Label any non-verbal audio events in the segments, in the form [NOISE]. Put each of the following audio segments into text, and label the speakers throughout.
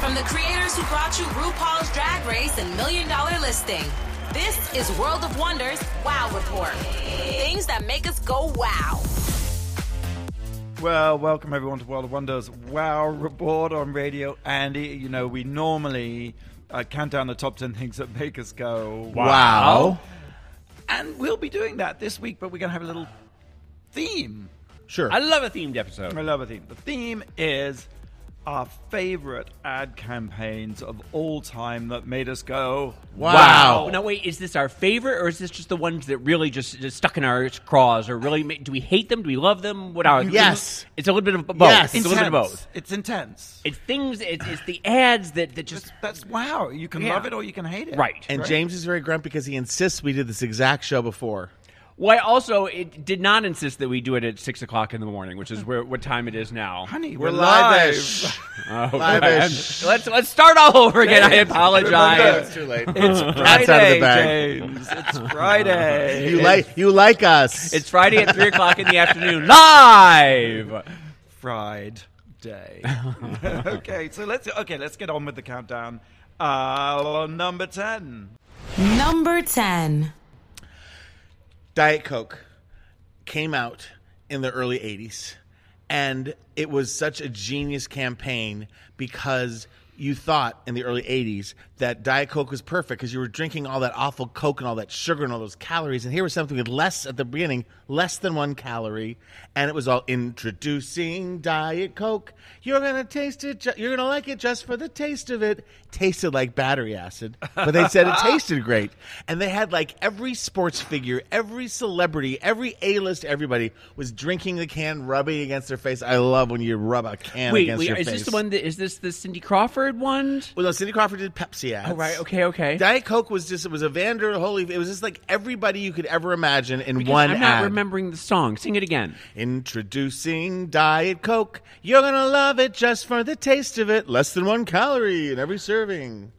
Speaker 1: From the creators who brought you RuPaul's Drag Race and Million Dollar Listing, this is World of Wonders Wow Report. Things that make us go wow.
Speaker 2: Well, welcome everyone to World of Wonders Wow Report on Radio Andy. You know, we normally uh, count down the top 10 things that make us go
Speaker 3: Wow.
Speaker 2: And we'll be doing that this week, but we're going to have a little theme.
Speaker 3: Sure.
Speaker 4: I love a themed
Speaker 2: I
Speaker 4: episode.
Speaker 2: love a theme. The theme is our favorite ad campaigns of all time that made us go
Speaker 3: Wow.
Speaker 4: Now wait, is this our favorite, or is this just the ones that really just, just stuck in our craws, or really ma- do we hate them? Do we love them? What are
Speaker 3: Yes.
Speaker 4: It's a little bit of both.
Speaker 3: Yes.
Speaker 4: It's a little bit of both.
Speaker 2: It's intense.
Speaker 4: It's things. It's, it's the ads that that just
Speaker 2: It's- that's wow. You can
Speaker 4: Yeah.
Speaker 2: love it or you can hate it.
Speaker 4: Right.
Speaker 3: and
Speaker 2: Right.
Speaker 3: James is very grumpy because he insists we did this exact show before.
Speaker 4: Well, I also it did not insist that we do it at six o'clock in the morning, which is where what time it is now.
Speaker 2: honey,
Speaker 3: We're live. [LAUGHS]
Speaker 4: Oh,
Speaker 3: Live-ish.
Speaker 4: let's let's start all over again. I apologize.
Speaker 3: too late.
Speaker 2: It's Friday,
Speaker 3: That's out of the bag.
Speaker 2: James. It's
Speaker 4: [LAUGHS]
Speaker 2: Friday.
Speaker 3: You like you like us.
Speaker 4: It's Friday at three o'clock in the afternoon, live.
Speaker 2: fried
Speaker 3: [LAUGHS]
Speaker 2: day. okay, so let's okay, let's get on with the countdown. Uh, number ten.
Speaker 1: Number 10.
Speaker 3: Diet Coke came out in the early 80s, and it was such a genius campaign because you thought in the early 80s that Diet Coke was perfect because you were drinking all that awful Coke and all that sugar and all those calories. And here was something with less at the beginning, less than one calorie. And it was all introducing Diet Coke. You're going to taste it. Ju- you're going to like it just for the taste of it. Tasted like battery acid, but they said
Speaker 4: [LAUGHS]
Speaker 3: it tasted great. And they had like every sports figure, every celebrity, every A-list, everybody was drinking the can, rubbing against their face. I love when you rub a can
Speaker 4: Wait,
Speaker 3: against
Speaker 4: wait,
Speaker 3: your
Speaker 4: is
Speaker 3: face.
Speaker 4: this the one that is this the Cindy Crawford one?
Speaker 3: Well, no, Cindy Crawford did Pepsi ads.
Speaker 4: Oh, right. Okay. Okay.
Speaker 3: Diet Coke was just it was a Vander Holy. It was just like everybody you could ever imagine in
Speaker 4: Because
Speaker 3: one
Speaker 4: I'm not
Speaker 3: ad.
Speaker 4: remembering the song. Sing it again.
Speaker 3: Introducing Diet Coke. You're gonna love it just for the taste of it. Less than one calorie in every serving.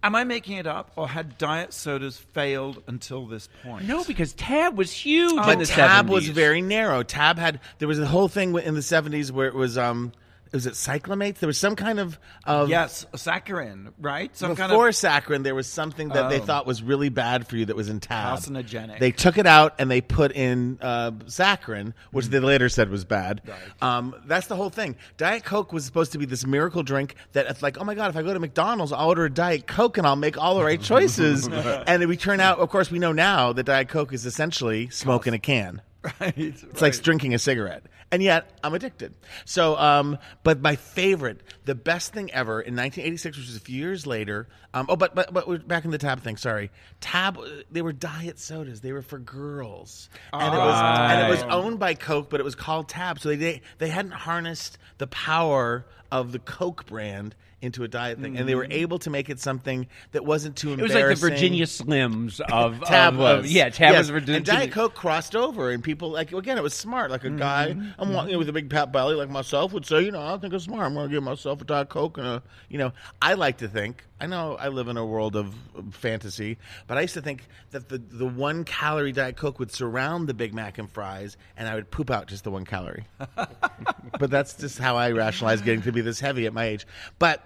Speaker 2: Am I making it up, or had diet sodas failed until this point?
Speaker 4: No, because Tab was huge in
Speaker 3: But
Speaker 4: the
Speaker 3: Oh, Tab
Speaker 4: 70s.
Speaker 3: was very narrow. Tab had there was a whole thing in the '70s where it was um, was it cyclamates? There was some kind of of
Speaker 2: Yes, saccharin, right? Some
Speaker 3: before
Speaker 2: kind of
Speaker 3: saccharin, there was something that they
Speaker 2: Oh.
Speaker 3: thought was really bad for you that was in tab.
Speaker 2: Carcinogenic.
Speaker 3: They took it out and they put in uh, saccharin, which
Speaker 2: Mm.
Speaker 3: they later said was bad. Um, that's the whole thing. Diet Coke was supposed to be this miracle drink that it's like, oh my god, if I go to McDonald's, I'll order a Diet Coke and I'll make all the
Speaker 2: [LAUGHS]
Speaker 3: right choices. and we turn out, of course, we know now that Diet Coke is essentially smoke in a can.
Speaker 2: [LAUGHS] Right,
Speaker 3: It's like drinking a cigarette. And yet, I'm addicted. So, um, but my favorite, the best thing ever in 1986, which was a few years later. Um, oh, but, but but we're back in the Tab thing. Sorry, Tab. uh, They were diet sodas. They were for girls, and it was and it was
Speaker 4: Ah.
Speaker 3: owned by Coke, but it was called Tab. So they they, they hadn't harnessed the power of the Coke brand into a diet thing, and they were able to make it something that wasn't too.
Speaker 4: Mm. It was like the
Speaker 3: embarrassing.
Speaker 4: Virginia Slims of
Speaker 3: Tab
Speaker 4: of-
Speaker 3: was.
Speaker 4: of- yeah, Tab
Speaker 3: Yes.
Speaker 4: was Virginia.
Speaker 3: And Diet Coke crossed over, and people, like, again, it was smart. Like a
Speaker 4: Mm-hmm.
Speaker 3: guy, I'm walking with a big pat belly, like myself, would say, you know, I think it's smart. I'm going to give myself a Diet Coke and a, you know, I like to think, I know I live in a world of of fantasy, but I used to think that the, the one calorie Diet Coke would surround the Big Mac and fries, and I would poop out just the one
Speaker 4: [LAUGHS]
Speaker 3: calorie. but that's just how I rationalize getting to be this heavy at my age. But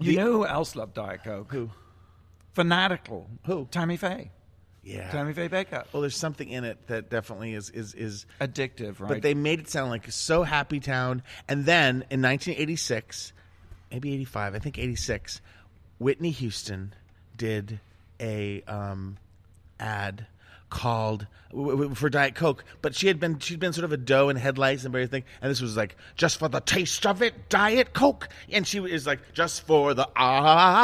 Speaker 2: you know who else loved diet coke? Who? Fanatical.
Speaker 3: Who?
Speaker 2: Tammy Faye.
Speaker 3: yeah.
Speaker 2: Tammy Faye Baker.
Speaker 3: well, there's something in it that definitely is is is
Speaker 2: Addictive, right?
Speaker 3: But they made it sound like so happy town. And then in 1986, maybe 85, I think 86, Whitney Houston did a um, ad called w- w- for Diet Coke, but she had been she'd been sort of a doe in headlights and everything, and this was like just for the taste of it, Diet Coke, and she was like just for the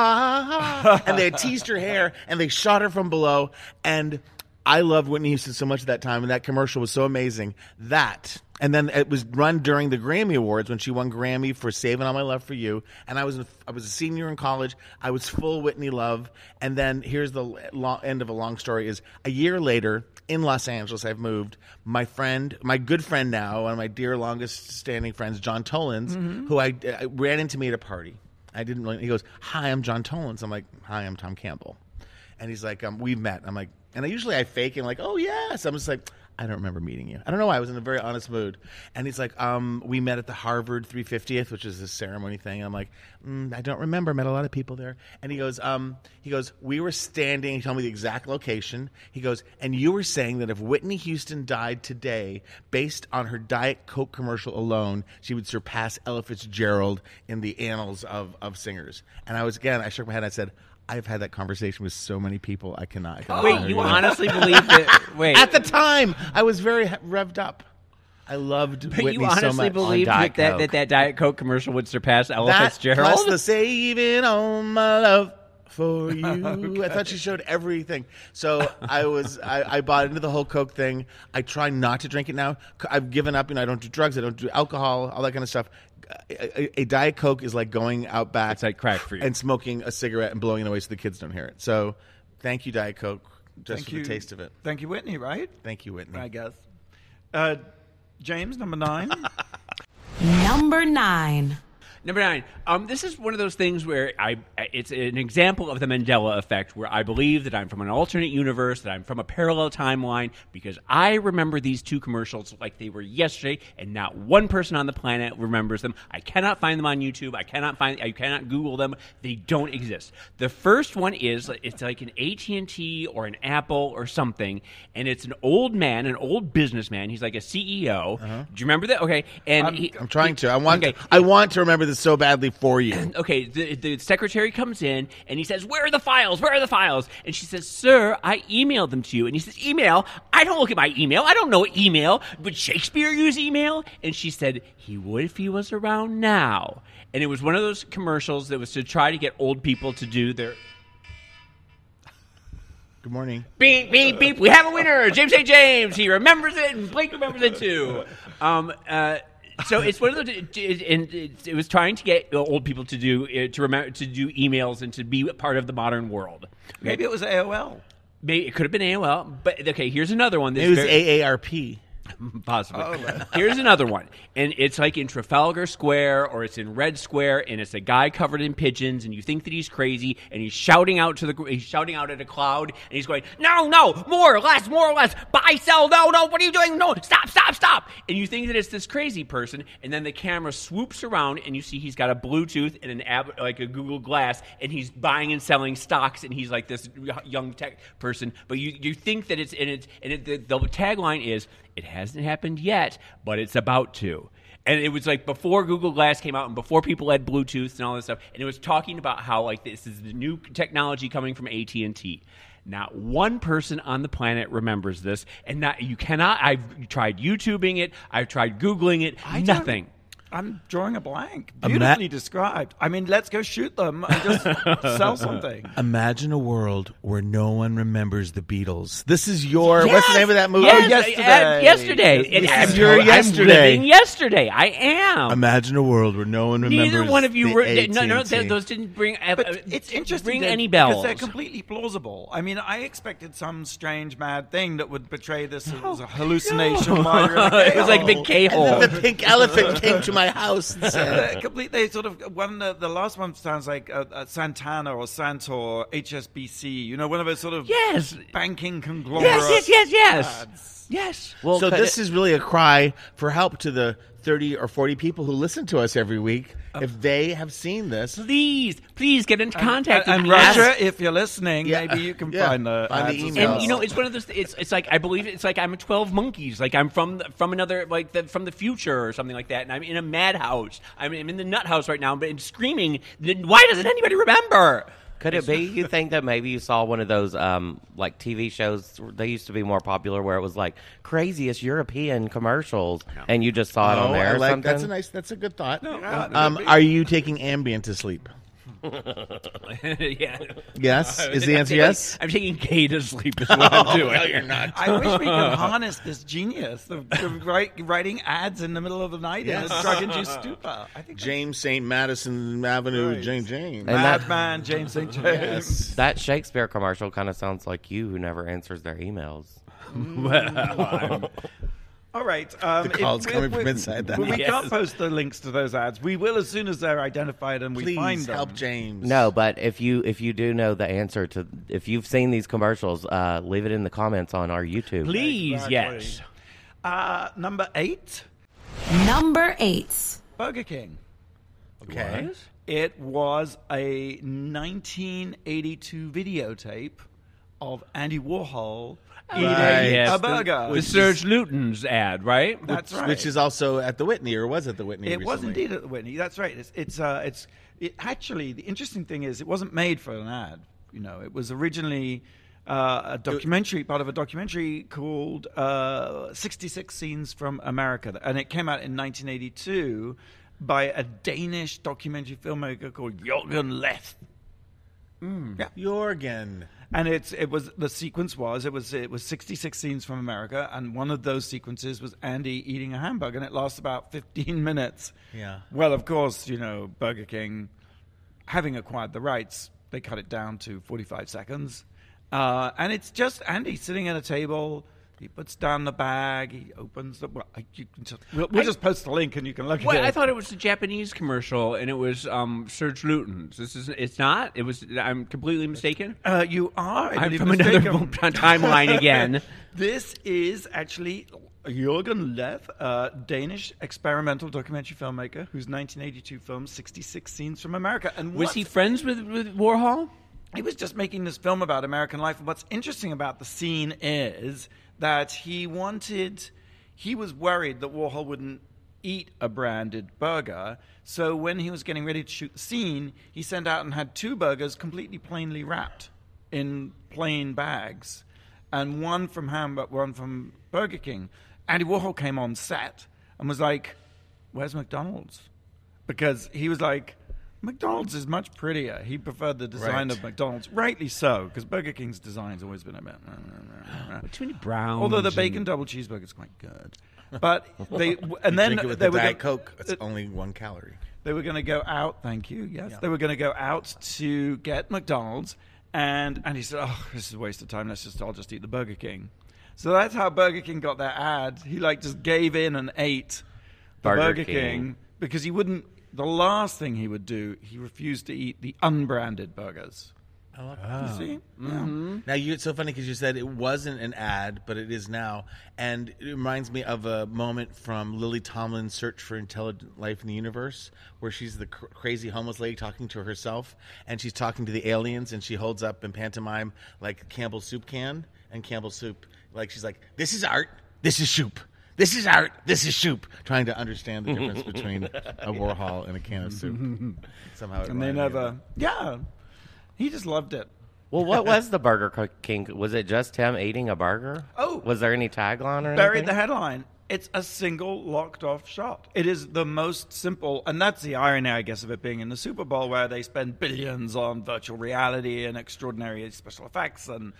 Speaker 3: ah, and they had teased her hair and they shot her from below, and I loved Whitney Houston so much at that time, and that commercial was so amazing. That and then it was run during the Grammy Awards when she won Grammy for "Saving All My Love for You," and I was in, I was a senior in college. I was full Whitney love, and then here's the l- lo- end of a long story: is a year later in Los Angeles, I've moved. My friend, my good friend now, one of my dear longest standing friends, John Tollins, who I, I ran into me at a party. I didn't really. He goes, "Hi, I'm John Tollins." I'm like, "Hi, I'm Tom Campbell." And he's like, um, we've met. I'm like, and I usually I fake and like, oh yes. I'm just like, I don't remember meeting you. I don't know why. I was in a very honest mood. And he's like, um, we met at the Harvard 350th, which is this ceremony thing. And I'm like, mm, I don't remember. Met a lot of people there. And he goes, um, he goes, we were standing. He told me the exact location. He goes, and you were saying that if Whitney Houston died today, based on her Diet Coke commercial alone, she would surpass Ella Fitzgerald in the annals of, of singers. And I was, again, I shook my head and I said, I've had that conversation with so many people. I cannot. I cannot
Speaker 4: Wait,
Speaker 3: hear
Speaker 4: you
Speaker 3: now."
Speaker 4: honestly believe that?
Speaker 3: [LAUGHS]
Speaker 4: Wait,
Speaker 3: At the time, I was very he- revved up. I loved
Speaker 4: but
Speaker 3: Whitney
Speaker 4: you honestly
Speaker 3: so much.
Speaker 4: believe
Speaker 3: On Diet
Speaker 4: that that,
Speaker 3: Coke.
Speaker 4: that that Diet Coke commercial would surpass Ella
Speaker 3: That
Speaker 4: Fitzgerald?
Speaker 3: plus the saving all my love
Speaker 4: [LAUGHS]
Speaker 3: for you. I thought she showed everything. So I was I, I bought into the whole Coke thing. I try not to drink it now. C- I've given up. You know, I don't do drugs. I don't do alcohol. All that kind of stuff. A, a- a Diet Coke is like going out back.
Speaker 4: It's like crack for you.
Speaker 3: And smoking a cigarette and blowing it away so the kids don't hear it. So thank you, Diet Coke, just
Speaker 2: Thank
Speaker 3: for
Speaker 2: you.
Speaker 3: the taste of it.
Speaker 2: Thank you, Whitney, right?
Speaker 3: Thank you, Whitney.
Speaker 2: I guess. Uh, James, number nine.
Speaker 3: [LAUGHS]
Speaker 1: Number nine.
Speaker 4: Number nine. Um, this is one of those things where I it's an example of the Mandela effect, where I believe that I'm from an alternate universe, that I'm from a parallel timeline, because I remember these two commercials like they were yesterday, and not one person on the planet remembers them. I cannot find them on YouTube. I cannot find. I cannot Google them. They don't exist. The first one is it's like an AT and T or an Apple or something, and it's an old man, an old businessman. He's like a CEO. Do you remember that? Okay, and he-
Speaker 3: Uh-huh. I'm trying to. I want.
Speaker 4: Okay.
Speaker 3: To, I want to remember this so badly for
Speaker 4: [CLEARS THROAT]
Speaker 3: you.
Speaker 4: okay, the, the secretary comes in and he says, Where are the files? Where are the files? And she says, Sir, I emailed them to you. And he says, Email? I don't look at my email. I don't know email. Would Shakespeare use email? And she said, He would if he was around now. And it was one of those commercials that was to try to get old people to do their
Speaker 3: Good morning.
Speaker 4: beep, beep, beep. We have a winner, James A. James. He remembers it, and Blake remembers it too. Um, uh, so it's one of those, it- it- and it, it was trying to get old people to do uh, to remember to do emails and to be part of the modern world.
Speaker 2: Maybe it was AOL.
Speaker 4: Maybe it could have been AOL, but okay. Here's another one. that's
Speaker 3: It was
Speaker 4: very-
Speaker 3: AARP.
Speaker 4: [LAUGHS] possibly. Here's another one, and it's like in Trafalgar Square or it's in Red Square, and it's a guy covered in pigeons, and you think that he's crazy, and he's shouting out to the he's shouting out at a cloud, and he's going, "No, no, more, less, more, less, buy, sell, no, no, what are you doing? No, stop, stop, stop!" And you think that it's this crazy person, and then the camera swoops around, and you see he's got a Bluetooth and an app like a Google Glass, and he's buying and selling stocks, and he's like this young tech person, but you you think that it's and it's and it, the, the tagline is it hasn't happened yet, but it's about to. And it was like before Google Glass came out and before people had Bluetooth and all this stuff. And it was talking about how like this is the new technology coming from AT and T. Not one person on the planet remembers this, and not you cannot. I've tried YouTubing it. I've tried Googling it.
Speaker 2: I don't-
Speaker 4: nothing.
Speaker 2: I'm drawing a blank.
Speaker 3: ma-
Speaker 2: Beautifully described. I mean, let's go shoot them and
Speaker 4: [LAUGHS]
Speaker 2: just sell something.
Speaker 3: Imagine a world where no one remembers the Beatles. This is your what's the
Speaker 4: Yes!
Speaker 3: name of that movie?
Speaker 4: Yes,
Speaker 2: Oh,
Speaker 4: yesterday.
Speaker 2: yesterday.
Speaker 4: yesterday. And
Speaker 2: Yes,
Speaker 4: I'm-
Speaker 3: you're
Speaker 4: I'm living
Speaker 3: yesterday.
Speaker 4: yesterday. I am.
Speaker 3: Imagine a world where no one remembers.
Speaker 4: Neither one of you.
Speaker 3: the
Speaker 4: Were, no, no,
Speaker 3: AT&T.
Speaker 4: th- those didn't bring. Uh,
Speaker 2: But
Speaker 4: uh,
Speaker 2: it's interesting.
Speaker 4: Bring
Speaker 2: that-
Speaker 4: any
Speaker 2: Because
Speaker 4: bells?
Speaker 2: they're completely plausible. I mean, I expected some strange, mad thing that would betray this as a hallucination. while you're
Speaker 4: [LAUGHS]
Speaker 2: in a
Speaker 4: Oh, it was like a
Speaker 2: cave.
Speaker 4: big K
Speaker 3: [LAUGHS]
Speaker 4: hole.
Speaker 3: The pink elephant came to my house and said,
Speaker 2: Uh, complete. They sort of one. Uh, the last one sounds like uh, uh, Santana or Santor, HSBC. You know, one of those sort of
Speaker 4: Yes.
Speaker 2: banking conglomerates.
Speaker 4: Yes, yes, yes, yes, yes. [LAUGHS] Well,
Speaker 3: So this is really a cry for help to the 30 or 40 people who listen to us every week if they have seen this.
Speaker 4: please, please get into contact
Speaker 2: And, and
Speaker 4: and ask-
Speaker 2: Roger, if you're listening,
Speaker 3: Yeah.
Speaker 2: maybe you can
Speaker 3: Yeah.
Speaker 2: find the
Speaker 3: Find the
Speaker 2: ads as
Speaker 3: emails.
Speaker 2: well.
Speaker 4: And you know, it's one of those. It's it's like I believe it's like I'm a twelve monkeys. Like I'm from the- from another like the, from the future or something like that. And I'm in a madhouse. I'm, I'm in the nut house right now. But it's screaming. "Then Why doesn't anybody remember? [LAUGHS]
Speaker 5: Could it be you think that maybe you saw one of those um, like TV shows? They used to be more popular where it was like craziest European commercials, and you just saw it on
Speaker 3: Oh,
Speaker 5: there.
Speaker 3: I
Speaker 5: or
Speaker 3: like-
Speaker 5: something?
Speaker 3: that's a nice that's a good thought.
Speaker 2: yeah,
Speaker 3: um, are you taking Ambien to sleep?
Speaker 4: yeah.
Speaker 3: Yes, is the
Speaker 4: I'm
Speaker 3: answer
Speaker 4: taking-
Speaker 3: yes? Oh.
Speaker 4: I'm taking K to sleep. Is what I'm doing.
Speaker 2: I wish
Speaker 3: [LAUGHS]
Speaker 2: we could harness this genius of, of write, writing ads in the middle of the night
Speaker 3: Yes.
Speaker 2: in a drug-induced stupor. I think
Speaker 3: James St. Madison Avenue,
Speaker 2: Right.
Speaker 3: James James.
Speaker 5: And that-
Speaker 2: Madman James St. James.
Speaker 5: That Shakespeare commercial kind of sounds like you who never answers their emails.
Speaker 2: All right. Um,
Speaker 3: The call's
Speaker 2: if-
Speaker 3: coming
Speaker 2: we-
Speaker 3: from inside that
Speaker 2: We, we
Speaker 3: house.
Speaker 2: can't post the links to those ads. We will as soon as they're identified and we find
Speaker 3: Please
Speaker 2: them.
Speaker 3: help James.
Speaker 5: No, but if you if you do know the answer to if you've seen these commercials, uh, leave it in the comments on our YouTube.
Speaker 4: Please, yes.
Speaker 2: Uh, number eight,
Speaker 1: Number eight.
Speaker 2: Burger King.
Speaker 3: Okay.
Speaker 2: It was a 1982 videotape of Andy Warhol eating
Speaker 3: Yes,
Speaker 2: a burger.
Speaker 4: The Serge Luton's ad, right?
Speaker 2: That's right.
Speaker 3: Which is also at the Whitney, or was at the Whitney?
Speaker 2: It was
Speaker 3: recently.
Speaker 2: indeed at the Whitney. That's right. It's it's uh, it's it, actually the interesting thing is it wasn't made for an ad. You know, it was originally uh, a documentary, part of a documentary called uh, "66 Scenes from America," and it came out in 1982 by a Danish documentary filmmaker called Jørgen Leth.
Speaker 3: Jorgen.
Speaker 2: And it's it was the sequence was it was it was 66 scenes from America, and one of those sequences was Andy eating a hamburger, and it lasts about 15 minutes.
Speaker 3: Yeah.
Speaker 2: Well, of course, you know Burger King, having acquired the rights, they cut it down to 45 seconds, uh, and it's just Andy sitting at a table. He puts down the bag. He opens the. Well, I- you can just, we'll, we'll
Speaker 4: I-
Speaker 2: just post the link, and you can look
Speaker 4: Well,
Speaker 2: at it.
Speaker 4: I thought it was a Japanese commercial, and it was um, Serge Luton's. This is it's not. It was. I'm completely mistaken.
Speaker 2: uh, you are. I
Speaker 4: I'm
Speaker 2: believe,
Speaker 4: from another
Speaker 2: mistaken.
Speaker 4: [LAUGHS]
Speaker 2: [LAUGHS]
Speaker 4: timeline again.
Speaker 2: This is actually Jürgen Leth, a Danish experimental documentary filmmaker whose 1982 film 66 Scenes from America. And
Speaker 4: Was
Speaker 2: what-
Speaker 4: he friends with, with Warhol?
Speaker 2: he was just making this film about American life. And what's interesting about the scene is that he wanted, he was worried that Warhol wouldn't eat a branded burger. So when he was getting ready to shoot the scene, he sent out and had two burgers completely plainly wrapped in plain bags, and one from Hamburg, one from Burger King. Andy Warhol came on set and was like, "Where's McDonald's?" Because he was like. McDonald's is much prettier. He preferred the design
Speaker 3: Right.
Speaker 2: of McDonald's, rightly so, because Burger King's design's always been a
Speaker 3: [SIGHS]
Speaker 2: bit.
Speaker 4: Too many browns.
Speaker 2: Although the
Speaker 4: and-
Speaker 2: bacon double cheeseburger's quite good,
Speaker 3: [LAUGHS]
Speaker 2: but they w- and then
Speaker 3: Drink it with
Speaker 2: they
Speaker 3: the
Speaker 2: were
Speaker 3: Diet
Speaker 2: gonna-
Speaker 3: Coke. It's only one calorie.
Speaker 2: they were going to go out. Thank you. Yes, they were going to go out to get McDonald's, and and he said, "Oh, this is a waste of time. Let's just I'll just eat the Burger King." So that's how Burger King got their ad. He like just gave in and ate the Burger,
Speaker 5: Burger
Speaker 2: King.
Speaker 5: King.
Speaker 2: because he wouldn't. The last thing he would do, he refused to eat the unbranded burgers. You see, Yeah.
Speaker 3: Now you, it's so funny because you said it wasn't an ad, but it is now, and it reminds me of a moment from Lily Tomlin's Search for Intelligent Life in the Universe, where she's the cr- crazy homeless lady talking to herself, and she's talking to the aliens, and she holds up in pantomime like Campbell's soup can and Campbell's soup, like she's like, "This is art. This is soup." This is art. This is soup. Trying to understand the difference between a Warhol and a can of soup. Somehow, it
Speaker 2: and they
Speaker 3: reminded me of
Speaker 2: never. Yeah, he just loved it.
Speaker 5: Well, what was the Burger Co- King? Was it just him eating a burger?
Speaker 2: Oh.
Speaker 5: was there any tagline or
Speaker 2: buried
Speaker 5: anything?
Speaker 2: the headline. It's a single locked off shot. It is the most simple, and that's the irony, I guess, of it being in the Super Bowl, where they spend billions on virtual reality and extraordinary special effects and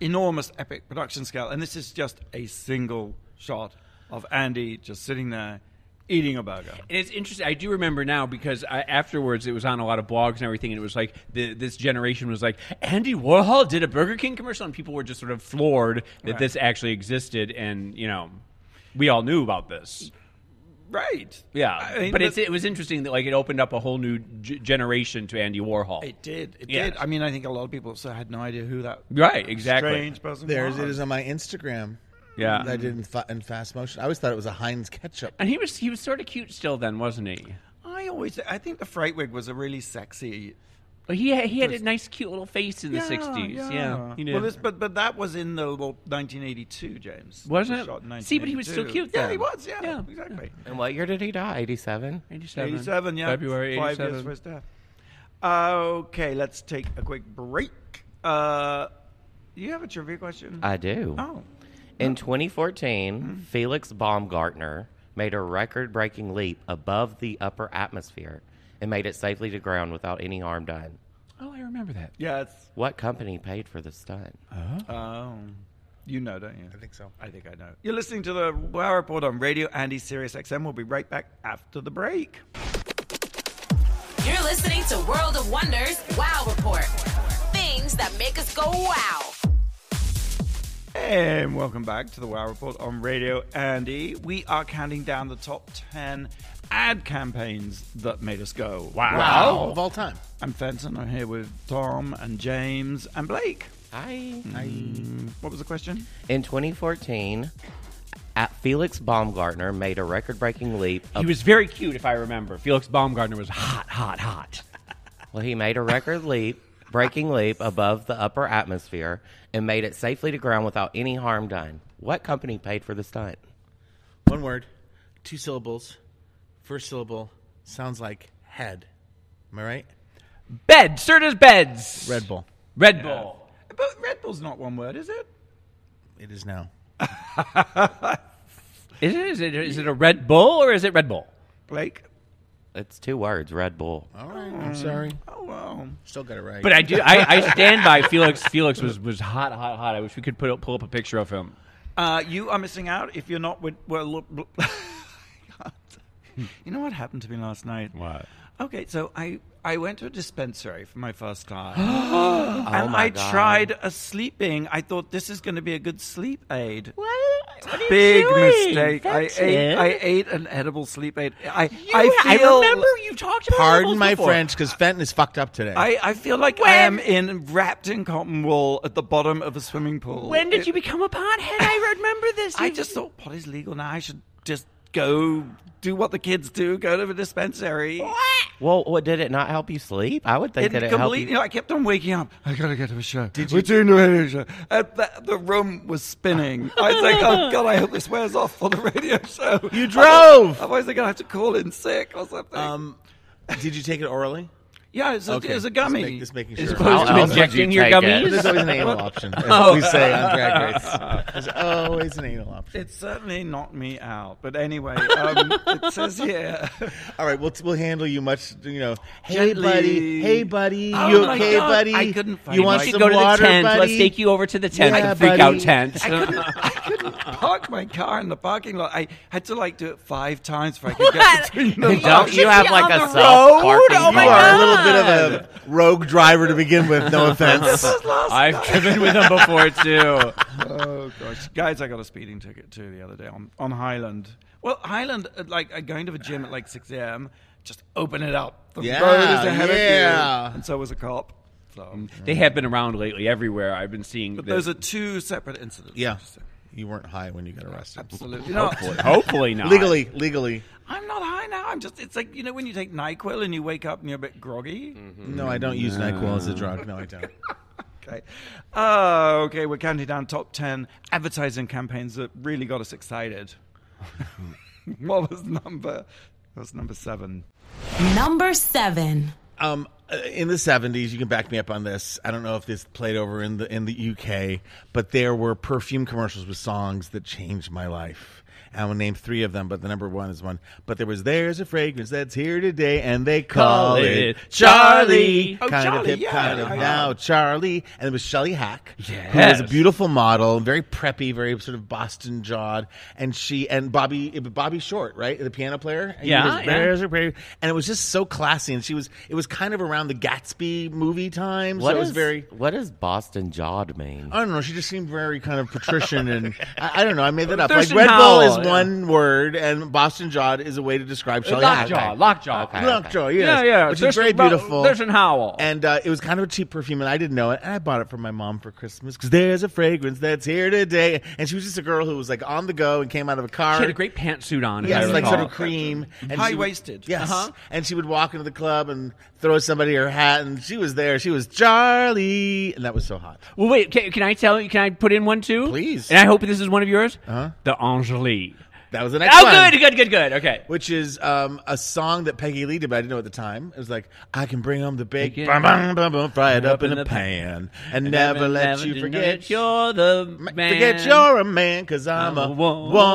Speaker 2: enormous epic production scale. And this is just a single shot of Andy just sitting there eating a burger.
Speaker 4: And it's interesting. I do remember now because I, afterwards it was on a lot of blogs and everything, and it was like the, this generation was like, Andy Warhol did a Burger King commercial, and people were just sort of floored that this actually existed, and you know, we all knew about this.
Speaker 2: Right.
Speaker 4: Yeah,
Speaker 2: I mean,
Speaker 4: but it's, it was interesting that like it opened up a whole new g- generation to Andy Warhol.
Speaker 2: It did. It
Speaker 4: Yeah.
Speaker 2: did. I mean, I think a lot of people also had no idea who that
Speaker 4: Right, exactly.
Speaker 2: strange person
Speaker 3: There's
Speaker 2: was.
Speaker 3: it is on my Instagram.
Speaker 4: Yeah.
Speaker 3: I did in, fa- in fast motion. I always thought it was a Heinz ketchup.
Speaker 4: And he was he was sort of cute still then, wasn't he?
Speaker 2: I always, I think the Freightwig was a really sexy
Speaker 4: But he had, he had a nice, cute little face in the
Speaker 2: Yeah,
Speaker 4: '60s. Yeah, he did.
Speaker 2: Well, this, but but that was in the well, 1982, James.
Speaker 4: Was
Speaker 2: was
Speaker 4: it?
Speaker 2: shot in
Speaker 4: See, but he was still
Speaker 2: 1982.
Speaker 4: cute
Speaker 2: Yeah,
Speaker 4: then.
Speaker 2: he was. Yeah,
Speaker 4: Yeah.
Speaker 2: exactly.
Speaker 5: and what year did he die? Eighty-seven.
Speaker 4: 87,
Speaker 2: 87. Yeah,
Speaker 4: February
Speaker 2: Five
Speaker 4: 87.
Speaker 2: years for his death. Okay, let's take a quick break. Uh, you have a trivia question?
Speaker 5: I do.
Speaker 2: oh,
Speaker 5: In 2014,
Speaker 2: Hmm.
Speaker 5: Felix Baumgartner made a record breaking leap above the upper atmosphere and made it safely to ground without any harm done.
Speaker 4: oh, I remember that.
Speaker 2: yeah. It's,
Speaker 5: What company paid for the stunt?
Speaker 2: oh, you know, don't you?
Speaker 3: I think so.
Speaker 2: I think I know. You're listening to the Wow Report on Radio Andy Sirius XM. We'll be right back after the break.
Speaker 1: You're listening to World of Wonders Wow Report. Things that make us go wow.
Speaker 2: And welcome back to the Wow Report on Radio Andy. We are counting down the top 10 ad campaigns that made us go. Wow.
Speaker 3: Wow. Of all time.
Speaker 2: I'm Fenton. I'm here with Tom and James and Blake.
Speaker 5: Hi.
Speaker 2: What was the question?
Speaker 5: In 2014, at Felix Baumgartner made a record-breaking leap.
Speaker 4: He was very cute, if I remember. Felix Baumgartner was hot, hot, hot.
Speaker 5: Well, he made a record leap, breaking leap above the upper atmosphere, and made it safely to ground without any harm done. What company paid for the stunt?
Speaker 3: One word, two syllables, first syllable sounds like head. Am I right?
Speaker 4: Bed, Serta's beds.
Speaker 3: Red Bull.
Speaker 4: Red Bull.
Speaker 2: But Red Bull's not one word, is it?
Speaker 3: It is now.
Speaker 4: Is it, is it is it a Red Bull or is it Red Bull?
Speaker 2: Blake?
Speaker 5: It's two words, Red Bull.
Speaker 3: All right. Mm. I'm sorry.
Speaker 2: Oh, wow.
Speaker 3: Still got it right.
Speaker 4: But I do I, I stand by Felix. Felix was was hot, hot, hot. I wish we could put up, pull up a picture of him.
Speaker 2: Uh, you are missing out if you're not with. Well, look, [LAUGHS] look- I can't. you know what happened to me last night?
Speaker 4: What?
Speaker 2: Okay, so I I went to a dispensary for my first [GASPS]
Speaker 4: [GASPS]
Speaker 2: time, and
Speaker 4: Oh
Speaker 5: my
Speaker 2: I
Speaker 5: God.
Speaker 2: tried a sleeping. I thought this is going to be a good sleep aid.
Speaker 4: What?
Speaker 2: Big mistake. I ate, I ate an edible sleep aid. I I feel
Speaker 4: remember you talked about
Speaker 3: Pardon my
Speaker 4: before.
Speaker 3: French, because Fenton is fucked up today.
Speaker 2: I, I feel like I am in wrapped in cotton wool at the bottom of a swimming pool.
Speaker 4: When did
Speaker 2: It-
Speaker 4: you become a pothead? I remember this.
Speaker 2: I just thought pot is legal now. I should just go do what the kids do, go to the dispensary.
Speaker 5: Well, what did it not help you sleep? I would think
Speaker 2: It
Speaker 5: that it helped
Speaker 2: completely, you [LAUGHS]
Speaker 5: you.
Speaker 2: know, I kept on waking up. I gotta get to a show. Did you? We're doing a radio show. And the, the room was spinning. I was like, [LAUGHS] oh god, I hope this wears off for the radio show.
Speaker 3: You drove!
Speaker 2: Otherwise, they're gonna have to call in sick or something.
Speaker 3: um, [LAUGHS] did you take it orally?
Speaker 2: yeah, it's a,
Speaker 3: okay.
Speaker 2: it's a
Speaker 3: Just
Speaker 2: gummy.
Speaker 3: make- just making
Speaker 2: It's
Speaker 3: sure.
Speaker 2: supposed
Speaker 5: How
Speaker 2: to be
Speaker 5: else would
Speaker 2: injected.
Speaker 4: injecting
Speaker 5: you
Speaker 4: your
Speaker 5: take it?
Speaker 4: gummies?
Speaker 3: There's always an [LAUGHS] anal option, as we say on Drag [LAUGHS] Race. There's always an anal
Speaker 2: [LAUGHS]
Speaker 3: option.
Speaker 2: It certainly knocked me out. But anyway, um, it says here. [LAUGHS]
Speaker 3: All right, we'll we'll handle you much. You know, hey
Speaker 2: Gently.
Speaker 3: buddy, hey buddy,
Speaker 2: Oh
Speaker 3: you
Speaker 2: my
Speaker 3: okay,
Speaker 2: God,
Speaker 3: buddy?
Speaker 2: I couldn't find
Speaker 3: you
Speaker 2: my-
Speaker 3: want
Speaker 2: You
Speaker 3: some
Speaker 4: go to
Speaker 3: water,
Speaker 4: the tent.
Speaker 3: buddy?
Speaker 4: Let's take you over to the tent,
Speaker 3: Yeah,
Speaker 4: the freak
Speaker 3: buddy.
Speaker 4: out tent.
Speaker 2: I
Speaker 4: [LAUGHS]
Speaker 2: couldn't, I couldn't park my car in the parking lot. I had to like do it five times before I could get between the
Speaker 5: Don't you have like a self parking
Speaker 3: You are a little bit of a rogue driver to begin with. No offense.
Speaker 4: I've driven with
Speaker 3: [LAUGHS]
Speaker 4: him before too.
Speaker 2: Oh gosh, guys, I got a speeding ticket too the other day on, on Highland. Well, Highland, uh, like uh, going to the gym at like six a.m. Just open it up. The
Speaker 3: Yeah,
Speaker 2: road is ahead
Speaker 3: yeah. Mm,
Speaker 2: of you, and so was a cop. So
Speaker 4: They have been around lately everywhere. I've been seeing.
Speaker 2: but
Speaker 4: the-
Speaker 2: those are two separate incidents.
Speaker 3: yeah, you weren't high when you got arrested.
Speaker 2: absolutely. You know,
Speaker 4: [LAUGHS] hopefully not
Speaker 3: Legally, legally.
Speaker 2: [LAUGHS] I'm not high now. I'm just. It's like you know when you take Nyquil and you wake up and you're a bit groggy.
Speaker 3: No, I don't use Nyquil as a drug. No, I don't.
Speaker 2: Okay. Uh, okay, we're counting down top 10 advertising campaigns that really got us excited. [LAUGHS] what was number? That was number seven.
Speaker 1: Number seven.
Speaker 3: um, uh, in the seventies, you can back me up on this. I don't know if this played over in the in the UK, but there were perfume commercials with songs that changed my life. And I will name three of them, but the number one is one. But there was "There's a Fragrance That's Here Today," and they call,
Speaker 4: Call
Speaker 3: it,
Speaker 4: it Charlie.
Speaker 3: Charlie.
Speaker 2: Oh,
Speaker 3: kind
Speaker 2: Charlie,
Speaker 3: of hip,
Speaker 2: yeah,
Speaker 3: kind of
Speaker 2: I know.
Speaker 3: now, Charlie. And it was Shelly Hack, who was a
Speaker 4: Yes.
Speaker 3: beautiful model, very preppy, very sort of Boston jawed. And she and Bobby Bobby Short, right, the piano player. And he
Speaker 4: Yeah,
Speaker 3: was,
Speaker 4: yeah.
Speaker 3: "There's a Fragrance," and it was just so classy. And she was, it was kind of around the Gatsby movie time, so
Speaker 5: What
Speaker 3: it was
Speaker 5: is-
Speaker 3: very.
Speaker 5: What does Boston jawed mean?
Speaker 3: I don't know. She just seemed very kind of patrician,
Speaker 4: [LAUGHS]
Speaker 3: and I, I don't know. I made that up.
Speaker 4: Thurston
Speaker 3: like Red
Speaker 4: Howell,
Speaker 3: Bull is
Speaker 4: yeah.
Speaker 3: one word, and Boston Jawed is a way to describe Shelley
Speaker 4: lockjaw,
Speaker 3: Hack.
Speaker 4: lockjaw.
Speaker 5: Okay.
Speaker 3: Lockjaw, yes.
Speaker 4: Yeah, yeah.
Speaker 3: Which
Speaker 4: There's
Speaker 3: is very
Speaker 4: some-
Speaker 3: beautiful.
Speaker 4: there's an Howell.
Speaker 3: And uh, it was kind of a cheap perfume, and I didn't know it. And I bought it for my mom for Christmas because there's a fragrance that's here today. And she was just a girl who was like on the go and came out of a car.
Speaker 4: She had a great pantsuit on. if I
Speaker 3: Yes, like sort
Speaker 4: recall.
Speaker 3: of cream, and she would-
Speaker 2: High-waisted.
Speaker 3: Yes, and she would walk into the club and throw somebody her hat, and she was there. She was Charlie, and that was so hot.
Speaker 4: Well, wait. Can, can I tell you? Can I put in one too?
Speaker 3: Please.
Speaker 4: And I hope this is one of yours. Uh-huh. The Angelique.
Speaker 3: That was the next
Speaker 4: Oh,
Speaker 3: one.
Speaker 4: good, good, good, good. Okay.
Speaker 3: Which is um, a song that Peggy Lee did, but I didn't know at the time. It was like, I can bring home the bacon,
Speaker 4: Bacon.
Speaker 3: bum, bum, bum, bum, fry it up in
Speaker 4: in
Speaker 3: a
Speaker 4: the
Speaker 3: pan, and, never, let you forget your
Speaker 4: you're the man.
Speaker 3: Forget you're a man, cause I'm a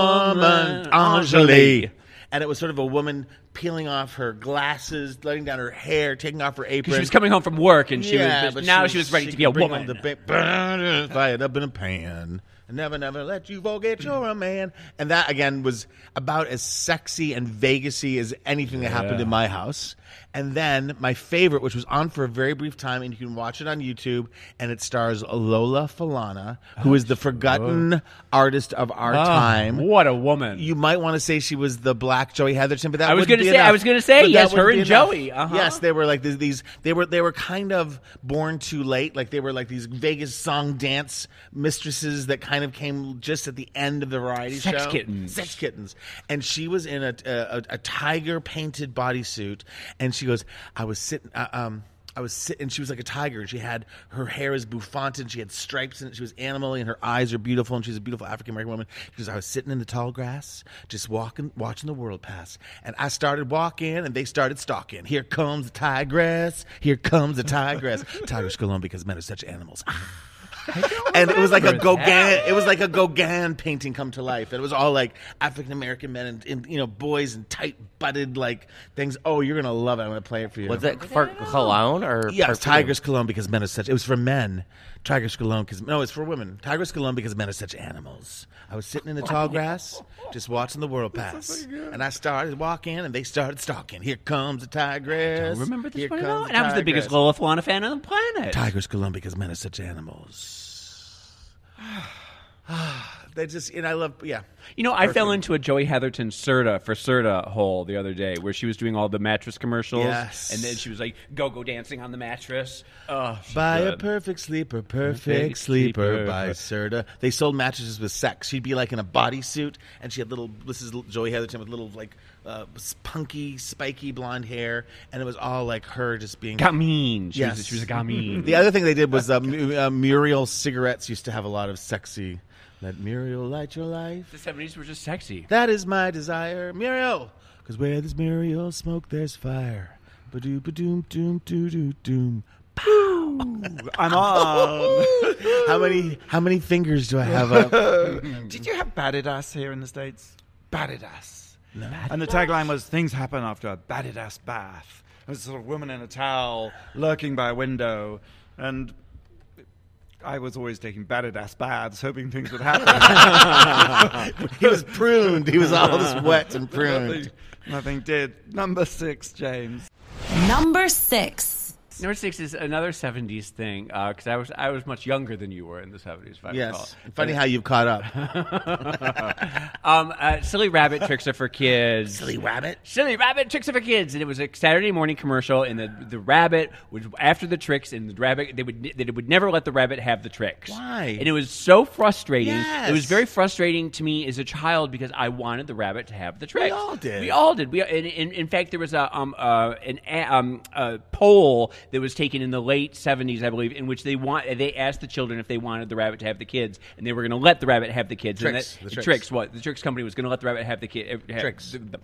Speaker 3: woman, Angelique. And it was sort of a woman peeling off her glasses, letting down her hair, taking off her apron.
Speaker 4: She was coming home from work, and she
Speaker 3: Yeah,
Speaker 4: was.
Speaker 3: but
Speaker 4: now she was, ready to be a
Speaker 3: could bring
Speaker 4: woman.
Speaker 3: home The ba- fry it up in a pan. Never, never let you forget you're a man. And that again was about as sexy and Vegasy as anything that happened in my house. And then my favorite, which was on for a very brief time, and you can watch it on YouTube, and it stars Lola Falana, who is the forgotten artist of our
Speaker 4: Oh,
Speaker 3: time.
Speaker 4: What a woman!
Speaker 3: You might want to say she was the black Joey Heatherton, but that
Speaker 4: I was
Speaker 3: wouldn't
Speaker 4: gonna
Speaker 3: be
Speaker 4: say- I
Speaker 3: enough.
Speaker 4: was gonna say,
Speaker 3: But that
Speaker 4: yes, her
Speaker 3: wouldn't be
Speaker 4: and
Speaker 3: enough.
Speaker 4: Joey, uh-huh.
Speaker 3: Yes, they were like these, these. They were they were kind of born too late. Like they were like these Vegas song dance mistresses that kind kind of came just at the end of the variety
Speaker 4: Sex
Speaker 3: show.
Speaker 4: Kittens.
Speaker 3: Sex Kittens. And she was in a, a, a tiger painted bodysuit. And she goes, I was sitting, uh, um, I was sitting, and she was like a tiger. And she had her hair is bouffant and she had stripes in it. She was animally and her eyes are beautiful. And she's a beautiful African American woman. She goes, I was sitting in the tall grass, just walking, watching the world pass. And I started walking and they started stalking. Here comes the tigress. Here comes the tigress. Tigers go on because men are such animals. Ah, and it was like a Gauguin. It was like a Gauguin painting come to life. It was all like African American men and, and, you know boys and tight butted like things. Oh, you're gonna love it. I'm gonna play it for you.
Speaker 5: Was it for cologne or
Speaker 3: Yeah, it was
Speaker 5: perfume?
Speaker 3: Tigress Cologne because men are such. It was for men. Tigress Cologne because no, it's for women. Tigress Cologne because men are such animals. I was sitting in the tall grass, just watching the world pass, and I started walking, and they started stalking. Here comes the tigress.
Speaker 4: Remember this
Speaker 3: Here
Speaker 4: one? at
Speaker 3: comes
Speaker 4: all? And I was the biggest
Speaker 3: tigress.
Speaker 4: Lola Falana fan on the planet.
Speaker 3: Tigers Cologne because men are such animals. [SIGHS] they just and I love yeah.
Speaker 4: You know, I fell into a Joey Heatherton Serta for Serta hole the other day where she was doing all the mattress commercials.
Speaker 3: Yes.
Speaker 4: And then she was like, go go dancing on the mattress. Oh, she's
Speaker 3: Buy a
Speaker 4: good.
Speaker 3: perfect sleeper,
Speaker 4: Perfect
Speaker 3: perfect sleeper
Speaker 4: sleeper.
Speaker 3: by Serta. They sold mattresses with sex. She'd be like in a bodysuit, and she had little. This is Joey Heatherton with little like uh, punky, spiky blonde hair, and it was all like her just being.
Speaker 4: Got mean. She, was,
Speaker 3: Yes.
Speaker 4: she was a got [LAUGHS] mean.
Speaker 3: [LAUGHS] The other thing they did was uh, Mu- uh, Muriel cigarettes used to have a lot of sexy. Let Muriel light your life.
Speaker 4: The 70s were just sexy.
Speaker 3: That is my desire, Muriel. Because where there's Muriel smoke, there's fire. Ba-doom, ba-doom, doom, doo, doo, doom.
Speaker 2: [LAUGHS] I'm on.
Speaker 3: How many how many fingers do I have up?
Speaker 2: Did you have batted ass here in the States? Batted ass. And the tagline was things happen after a batted ass bath. It was a sort of woman in a towel lurking by a window. And I was always taking batted ass baths, hoping things would happen.
Speaker 3: [LAUGHS]
Speaker 2: [LAUGHS]
Speaker 3: he was pruned. He was all this wet [LAUGHS] and pruned.
Speaker 2: nothing, nothing did. Number six, James.
Speaker 1: Number six.
Speaker 4: Number six is another 70s thing because I was I was much younger than you were in the 70s. If I recall.
Speaker 3: Yes. Funny how you've caught up.
Speaker 4: Um, uh, Silly Rabbit Tricks Are for Kids. Silly
Speaker 3: rabbit.
Speaker 4: Silly Rabbit Tricks Are for Kids, and it was a Saturday morning commercial, and the, the rabbit was after the tricks, and the rabbit they would they would never let the rabbit have the tricks.
Speaker 3: Why?
Speaker 4: And it was so frustrating. It was
Speaker 3: Yes.
Speaker 4: very frustrating to me as a child because I wanted the rabbit to have the tricks.
Speaker 3: all did.
Speaker 4: We all did. We and, and, in fact there was a um uh, an a, um a poll that was taken in the late seventies, I believe, in which they want they asked the children if they wanted the rabbit to have the kids, and they were going to let the rabbit have the kids. and
Speaker 3: Tricks.
Speaker 4: that-
Speaker 3: The
Speaker 4: tricks.
Speaker 3: tricks.
Speaker 4: What the tricks company was going to let the rabbit have the kid. Have,
Speaker 3: Tricks.
Speaker 4: The, the,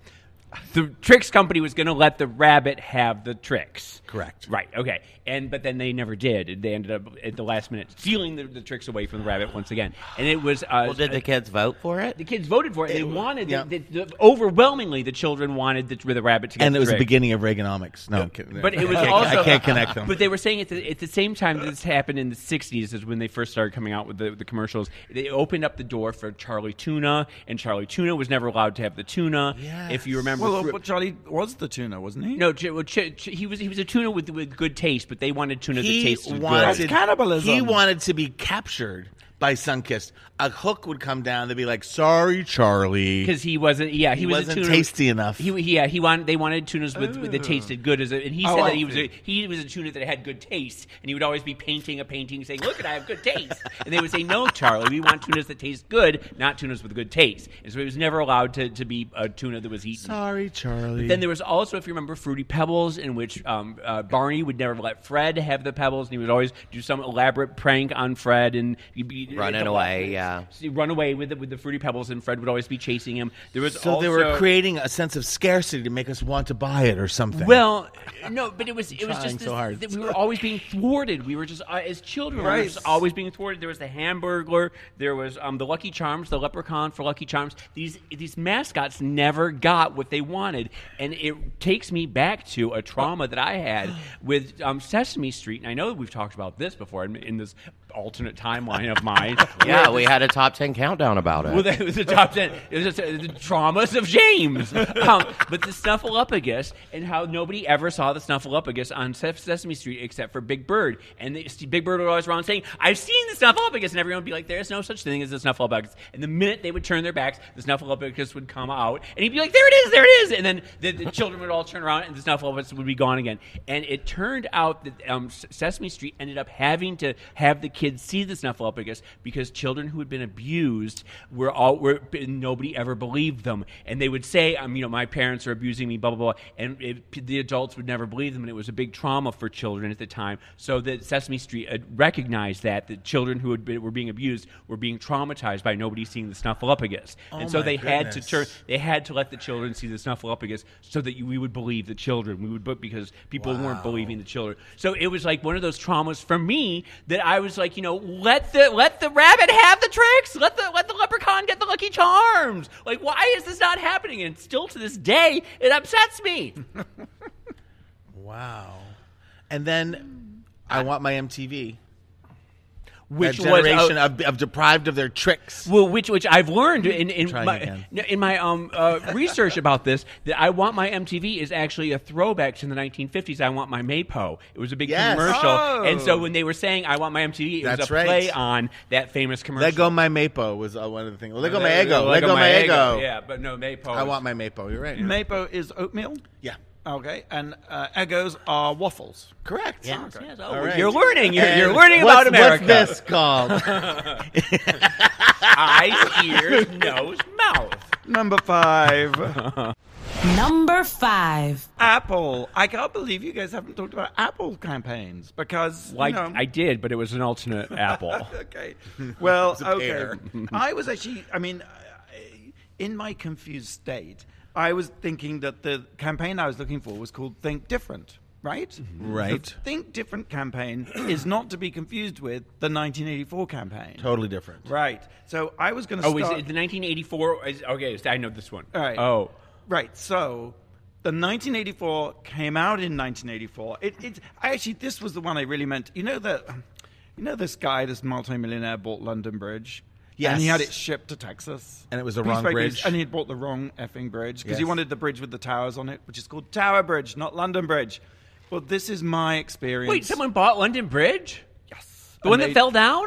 Speaker 4: the tricks company was going to let the rabbit have the tricks.
Speaker 3: Correct.
Speaker 4: Right. Okay. And but then they never did. They ended up at the last minute stealing the, the tricks away from the rabbit once again. And it was. Uh,
Speaker 5: Well, did the kids vote for it?
Speaker 4: the kids voted for it. They wanted
Speaker 3: yeah.
Speaker 4: the, the, the- overwhelmingly the children wanted the, the rabbit to get
Speaker 3: And it was the
Speaker 4: trick.
Speaker 3: beginning of Reaganomics. No, I'm kidding.
Speaker 4: But it was
Speaker 3: I can't-
Speaker 4: also
Speaker 3: I can't connect them.
Speaker 4: But they were saying at the, at the same time that this happened in the '60s is when they first started coming out with the, the commercials. They opened up the door for Charlie Tuna, and Charlie Tuna was never allowed to have the tuna. If you remember,
Speaker 2: Well,
Speaker 4: through-
Speaker 2: well, Charlie was the tuna, wasn't he?
Speaker 4: no, Ch- well, Ch- Ch- he was he was a tuna with with good taste, but they wanted tuna that
Speaker 3: he
Speaker 4: tasted
Speaker 3: wanted
Speaker 4: good.
Speaker 2: That's cannibalism.
Speaker 3: He wanted to be captured by Sunkist. A hook would come down. They'd be like, "Sorry, Charlie."
Speaker 4: Because he wasn't, yeah, he,
Speaker 3: He
Speaker 4: was a
Speaker 3: wasn't
Speaker 4: tuna.
Speaker 3: tasty enough.
Speaker 4: He, he- yeah, he wanted. They wanted tunas with, with that tasted good, as a, and he said
Speaker 2: Oh, I
Speaker 4: that he was a,
Speaker 2: see.
Speaker 4: he was a tuna that had good taste, and he would always be painting a painting saying, "Look, and I have good taste." and they would say, "No, Charlie, we want tunas that taste good, not tunas with good taste." And so he was never allowed to, to be a tuna that was eaten.
Speaker 3: Sorry, Charlie.
Speaker 4: Then there was also, if you remember, Fruity Pebbles, in which um, uh, Barney would never let Fred have the pebbles, and he would always do some elaborate prank on Fred and he'd be [LAUGHS]
Speaker 5: Running away, yeah.
Speaker 4: So he'd run away with the, with the Fruity Pebbles, and Fred would always be chasing him. There was
Speaker 3: so
Speaker 4: also,
Speaker 3: they were creating a sense of scarcity to make us want to buy it or something.
Speaker 4: Well, no, but it was it was
Speaker 3: Trying so
Speaker 4: just this-
Speaker 3: hard.
Speaker 4: that we were always being thwarted. We were just uh, as children, we were
Speaker 2: Right.
Speaker 4: just always being thwarted. There was the Hamburglar, there was um, the Lucky Charms, the Leprechaun for Lucky Charms. These these mascots never got what they wanted, and it takes me back to a trauma that I had with um, Sesame Street. And I know that we've talked about this before in, in this alternate timeline of mine.
Speaker 5: [LAUGHS] Yeah, we had a top ten countdown about it.
Speaker 4: Well, that was [LAUGHS] the top ten. It was just uh, the traumas of [LAUGHS] James. Um, but the Snuffleupagus and how nobody ever saw the Snuffleupagus on Se- Sesame Street except for Big Bird. And the, Steve- Big Bird would always run saying, "I've seen the Snuffleupagus," and everyone would be like, "There's no such thing as the Snuffleupagus." And the minute they would turn their backs, the Snuffleupagus would come out, and he'd be like, "There it is, there it is!" And then the, the children would all turn around, and the Snuffleupagus would be gone again. And it turned out that um, S- Sesame Street ended up having to have the kids kids see this Nephilopagus because children who had been abused were all were nobody ever believed them, and they would say, "I'm you know my parents are abusing me," blah blah blah, and it, the adults would never believe them, and it was a big trauma for children at the time. So that Sesame Street uh, recognized that the children who had been, were being abused were being traumatized by nobody seeing the Snuffleupagus, and so
Speaker 3: Oh my
Speaker 4: they had to
Speaker 3: goodness.
Speaker 4: turn they had to let the children see the Snuffleupagus so that you, we would believe the children. We would, but because people weren't believing the children, so it was like one of those traumas for me that I was like, you know, let the let the rabbit have the tricks, let the let the leprechaun get the lucky charms. Like, why is this not happening? And still to this day, it upsets me.
Speaker 3: Wow. And then I want my MTV.
Speaker 4: Which
Speaker 3: that
Speaker 4: was a-
Speaker 3: generation of, of deprived of their tricks.
Speaker 4: Well, which which I've learned in in
Speaker 3: Trying
Speaker 4: my,
Speaker 3: again.
Speaker 4: in my um uh, research about this that I want my MTV is actually a throwback to the 1950s. I want my Maypo. It was a big
Speaker 3: Yes.
Speaker 4: commercial,
Speaker 2: Oh.
Speaker 4: and so when they were saying I want my MTV, it was
Speaker 3: That's
Speaker 4: a
Speaker 3: right.
Speaker 4: play on that famous commercial.
Speaker 3: Let go my Mapo was uh, one of the things. Let go my
Speaker 4: Let
Speaker 3: ego. Let go my ego.
Speaker 4: Yeah, but no Maypo.
Speaker 3: I
Speaker 4: is-
Speaker 3: want my Mapo. You're right.
Speaker 2: Mapo is oatmeal.
Speaker 3: Yeah.
Speaker 2: Okay, and uh, Eggos are waffles.
Speaker 3: Correct.
Speaker 4: Yes, yes. Oh,
Speaker 3: All right.
Speaker 4: You're learning. You're,
Speaker 3: And
Speaker 4: you're learning
Speaker 3: what's-
Speaker 4: about America.
Speaker 3: What's this called?
Speaker 4: [LAUGHS] Eyes, ears, nose,
Speaker 3: [LAUGHS]
Speaker 4: mouth.
Speaker 2: Number five,
Speaker 1: Number five.
Speaker 2: Apple. I can't believe you guys haven't talked about Apple campaigns because
Speaker 4: Well, I,
Speaker 2: you know,
Speaker 4: I did, but it was an
Speaker 3: [LAUGHS]
Speaker 4: alternate apple.
Speaker 2: okay.
Speaker 4: [LAUGHS]
Speaker 2: Well,
Speaker 3: a
Speaker 2: okay.
Speaker 3: pear.
Speaker 2: I was actually, I mean, I- in my confused state, I was thinking that the campaign I was looking for was called Think Different, right?
Speaker 4: Mm-hmm.
Speaker 3: Right.
Speaker 2: The Think Different campaign is not to be confused with the 1984 campaign.
Speaker 3: totally different.
Speaker 2: Right. So I was going to
Speaker 4: Oh, is it the
Speaker 2: start.
Speaker 4: 1984? Is, okay, I know this one.
Speaker 2: All right.
Speaker 4: Oh.
Speaker 2: Right. So the 1984 came out in 1984. It, it actually this was the one I really meant. You know that you know this guy, this multimillionaire bought London Bridge. And he
Speaker 3: Yes.
Speaker 2: had it shipped to Texas.
Speaker 3: And it was the
Speaker 2: Piece
Speaker 3: wrong
Speaker 2: by piece,
Speaker 3: bridge.
Speaker 2: And he had bought the wrong effing bridge because he
Speaker 3: Yes.
Speaker 2: wanted the bridge with the towers on it, which is called Tower Bridge, not London Bridge. Well, this is my experience.
Speaker 4: Wait, someone bought London Bridge?
Speaker 2: Yes.
Speaker 4: The one
Speaker 2: And
Speaker 4: that
Speaker 2: they-
Speaker 4: fell down?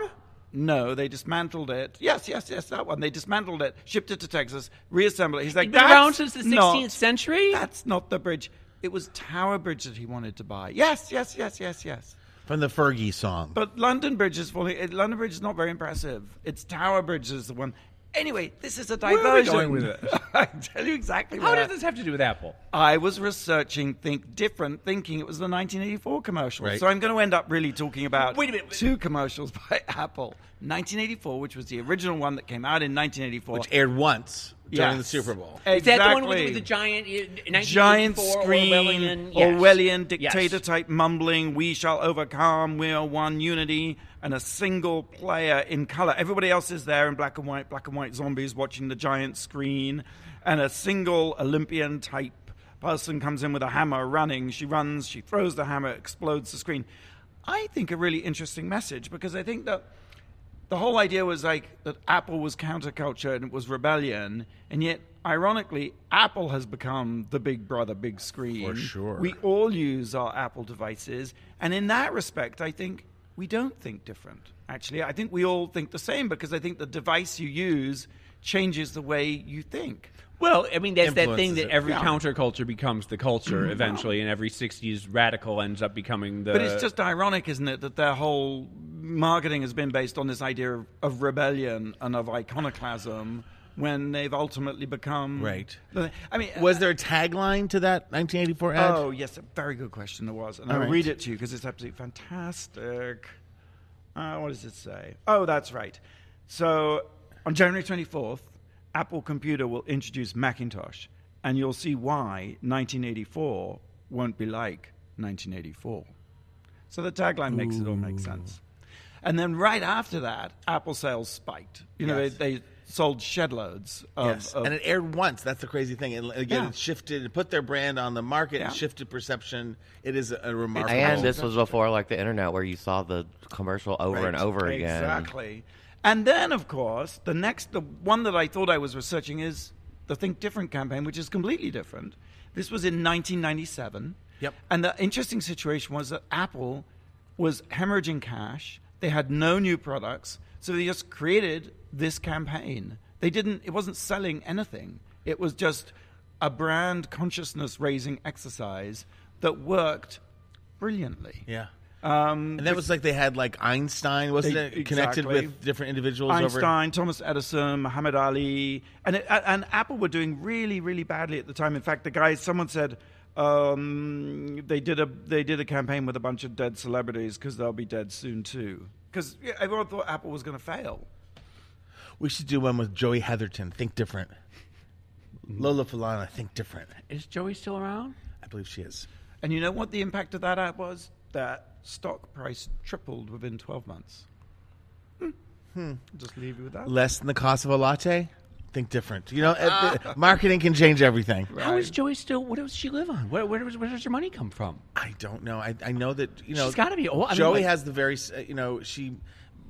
Speaker 2: No, they dismantled it. Yes, yes, yes, that one. They dismantled it, shipped it to Texas, reassembled it. He's like,
Speaker 4: It's been around
Speaker 2: "That's
Speaker 4: since the
Speaker 2: not-
Speaker 4: 16th century?
Speaker 2: That's not the bridge. It was Tower Bridge that he wanted to buy. Yes, yes, yes, yes, yes.
Speaker 3: From the Fergie song.
Speaker 2: But London Bridge is falling. eh, London Bridge is not very impressive. It's Tower Bridge is the one. Anyway, this is a
Speaker 4: are
Speaker 2: diversion.
Speaker 4: we going with it?
Speaker 2: [LAUGHS] I tell you exactly.
Speaker 4: How
Speaker 2: where.
Speaker 4: does this have to do with Apple?
Speaker 2: I was researching Think Different, thinking it was the 1984 commercial.
Speaker 3: Right.
Speaker 2: So I'm going to end up really talking about
Speaker 4: Wait a minute.
Speaker 2: two commercials [LAUGHS] by Apple. 1984, which was the original one that came out in 1984.
Speaker 3: which aired once during the
Speaker 2: Yes.
Speaker 3: Super Bowl.
Speaker 2: Exactly.
Speaker 4: Is that the one with, with the giant, uh, 1984
Speaker 2: giant screen,
Speaker 4: Orwellian,
Speaker 2: Orwellian,
Speaker 4: yes.
Speaker 2: dictator
Speaker 4: Yes.
Speaker 2: type mumbling, we shall overcome, we are one unity, and a single player in color. Everybody else is there in black and white, black and white zombies watching the giant screen, and a single Olympian type person comes in with a hammer running. She runs, she throws the hammer, explodes the screen. I think a really interesting message because I think that the whole idea was like that Apple was counterculture and it was rebellion, and yet ironically, Apple has become the big brother, big screen.
Speaker 3: For sure.
Speaker 2: we all use our Apple devices, and in that respect, I think we don't think different. Actually, I think we all think the same because I think the device you use changes the way you think.
Speaker 4: Well, I mean, that's that thing
Speaker 3: Influences
Speaker 4: that
Speaker 3: it.
Speaker 4: every
Speaker 2: Yeah.
Speaker 4: counterculture becomes the culture eventually, and every 60s radical ends up becoming the.
Speaker 2: But
Speaker 3: Uh,
Speaker 2: it's just ironic, isn't it, that their whole marketing has been based on this idea of, of rebellion and of iconoclasm when they've ultimately become
Speaker 3: Right.
Speaker 2: I mean,
Speaker 3: Was there a tagline to that 1984 ad?
Speaker 2: Oh yes, a very good question there was, and
Speaker 3: All
Speaker 2: I'll
Speaker 3: right.
Speaker 2: read it to you because it's absolutely fantastic. Uh, what does it say? Oh, that's right. So on January twenty fourth, Apple Computer will introduce Macintosh, and you'll see why nineteen eighty four won't be like nineteen eighty four. So the tagline makes it all make sense. And then right after that, Apple sales spiked. You know,
Speaker 3: Yes.
Speaker 2: they, they sold shed loads of,
Speaker 3: Yes.
Speaker 2: of
Speaker 3: and it aired once. That's the crazy thing. It, again,
Speaker 2: Yeah.
Speaker 3: it shifted, it put their brand on the market,
Speaker 2: Yeah.
Speaker 3: it shifted perception. It is a, a remarkable.
Speaker 5: And this was before like the internet where you saw the commercial over and
Speaker 3: Right.
Speaker 5: over again.
Speaker 2: Exactly. And then, of course, the next, the one that I thought I was researching is the Think Different campaign, which is completely different. This was in 1997.
Speaker 3: Yep.
Speaker 2: And the interesting situation was that Apple was hemorrhaging cash. They had no new products, so they just created this campaign. They didn't. It wasn't selling anything. It was just a brand consciousness raising exercise that worked brilliantly.
Speaker 3: yeah.
Speaker 2: Um,
Speaker 3: and that was like they had like Einstein, wasn't
Speaker 2: E-
Speaker 3: it? Connected
Speaker 2: exactly.
Speaker 3: with different individuals over.
Speaker 2: Einstein, Thomas Edison, Muhammad Ali, and it, and Apple were doing really really badly at the time. In fact, the guys, someone said um, they did a they did a campaign with a bunch of dead celebrities because they'll be dead soon too. Because everyone thought Apple was going to fail.
Speaker 3: We should do one with Joey Heatherton. Think different. Lola Falana. Think different.
Speaker 4: Is Joey still around?
Speaker 3: I believe she is.
Speaker 2: And you know what the impact of that ad was? That stock price tripled within 12 months. Hmm. Just leave you with that.
Speaker 3: Less than the cost of a latte. Think different.
Speaker 4: [LAUGHS]
Speaker 3: You know, uh, uh, marketing can change everything.
Speaker 4: How is Joey still? What does she live on? Where, where, does, where does her money come from?
Speaker 3: I don't know. I, I know that you know.
Speaker 4: She's gotta be old. I mean,
Speaker 3: Joey
Speaker 4: like-
Speaker 3: has the very s- uh, you know she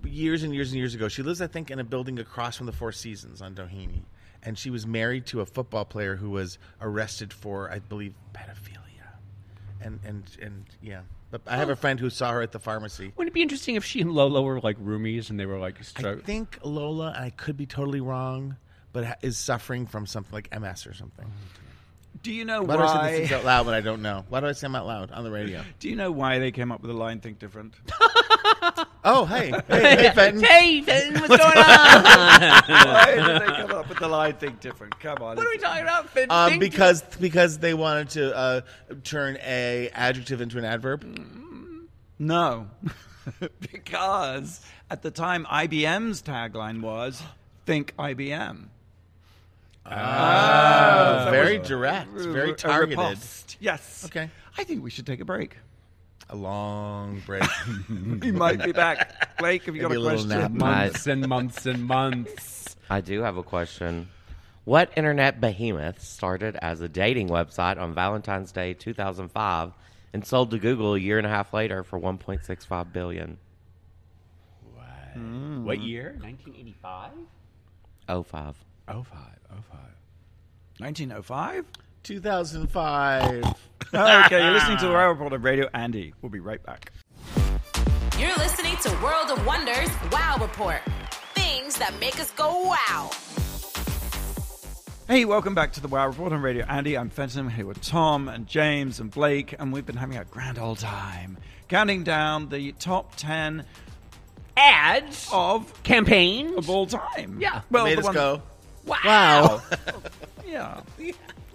Speaker 3: years and years and years ago. She lives, I think, in a building across from the Four Seasons on Doheny, and she was married to a football player who was arrested for, I believe, pedophilia, and and and yeah. But I have
Speaker 4: Oh.
Speaker 3: a friend who saw her at the pharmacy.
Speaker 4: Wouldn't it be interesting if she and Lolo were like roomies and they were like?
Speaker 3: I
Speaker 4: [LAUGHS] Stro-
Speaker 3: think Lola, and I could be totally wrong, but ha- is suffering from something like MS or something.
Speaker 2: Do you know
Speaker 3: Why do I say these things
Speaker 2: why?
Speaker 3: out loud when I don't know? Why do I say them out loud on the radio?
Speaker 2: Do you know why they came up with the line "Think
Speaker 3: [LAUGHS]
Speaker 2: Different"?
Speaker 3: Oh,
Speaker 4: [LAUGHS]
Speaker 3: hey, hey, hey, Fenton.
Speaker 4: hey, Fenton, what's going on?
Speaker 2: why did they come up with the line "Think Different"? Come on.
Speaker 4: what are we talking about, Fenton?
Speaker 3: Um, because because they wanted to uh, turn a adjective into an adverb.
Speaker 2: [LAUGHS] No, because at the time IBM's tagline was "Think IBM."
Speaker 3: very direct, very
Speaker 2: A
Speaker 3: targeted.
Speaker 2: riposte. Yes.
Speaker 3: Okay.
Speaker 2: I think we should take a break.
Speaker 3: A long break.
Speaker 2: [LAUGHS]
Speaker 3: [LAUGHS]
Speaker 2: We might be back. Blake, have you got
Speaker 3: Maybe
Speaker 2: a
Speaker 3: a little nap.
Speaker 2: question?
Speaker 4: months and months and months.
Speaker 5: I do have a question. What internet behemoth started as a dating website on Valentine's Day 2005 and sold to Google a year and a half later for 1.65 billion?
Speaker 4: What year? 1985.
Speaker 5: 05.
Speaker 4: 05.
Speaker 2: 1905?
Speaker 3: 2005.
Speaker 2: [LAUGHS] okay, you're listening to Royal Report on Radio Andy. We'll be right back.
Speaker 1: You're listening to World of Wonders Wow Report. Things that make us go wow.
Speaker 2: Hey, welcome back to the Wow Report on Radio Andy. I'm Fenton. I'm here with Tom and James and Blake, and we've been having a grand old time counting down the top 10
Speaker 4: Ads.
Speaker 2: of,
Speaker 4: Campaigns.
Speaker 2: of all time.
Speaker 4: Yeah.
Speaker 2: Well,
Speaker 3: Made
Speaker 2: the
Speaker 3: us
Speaker 2: one-
Speaker 3: go.
Speaker 2: [LAUGHS]
Speaker 4: Wow. [LAUGHS]
Speaker 2: Yeah.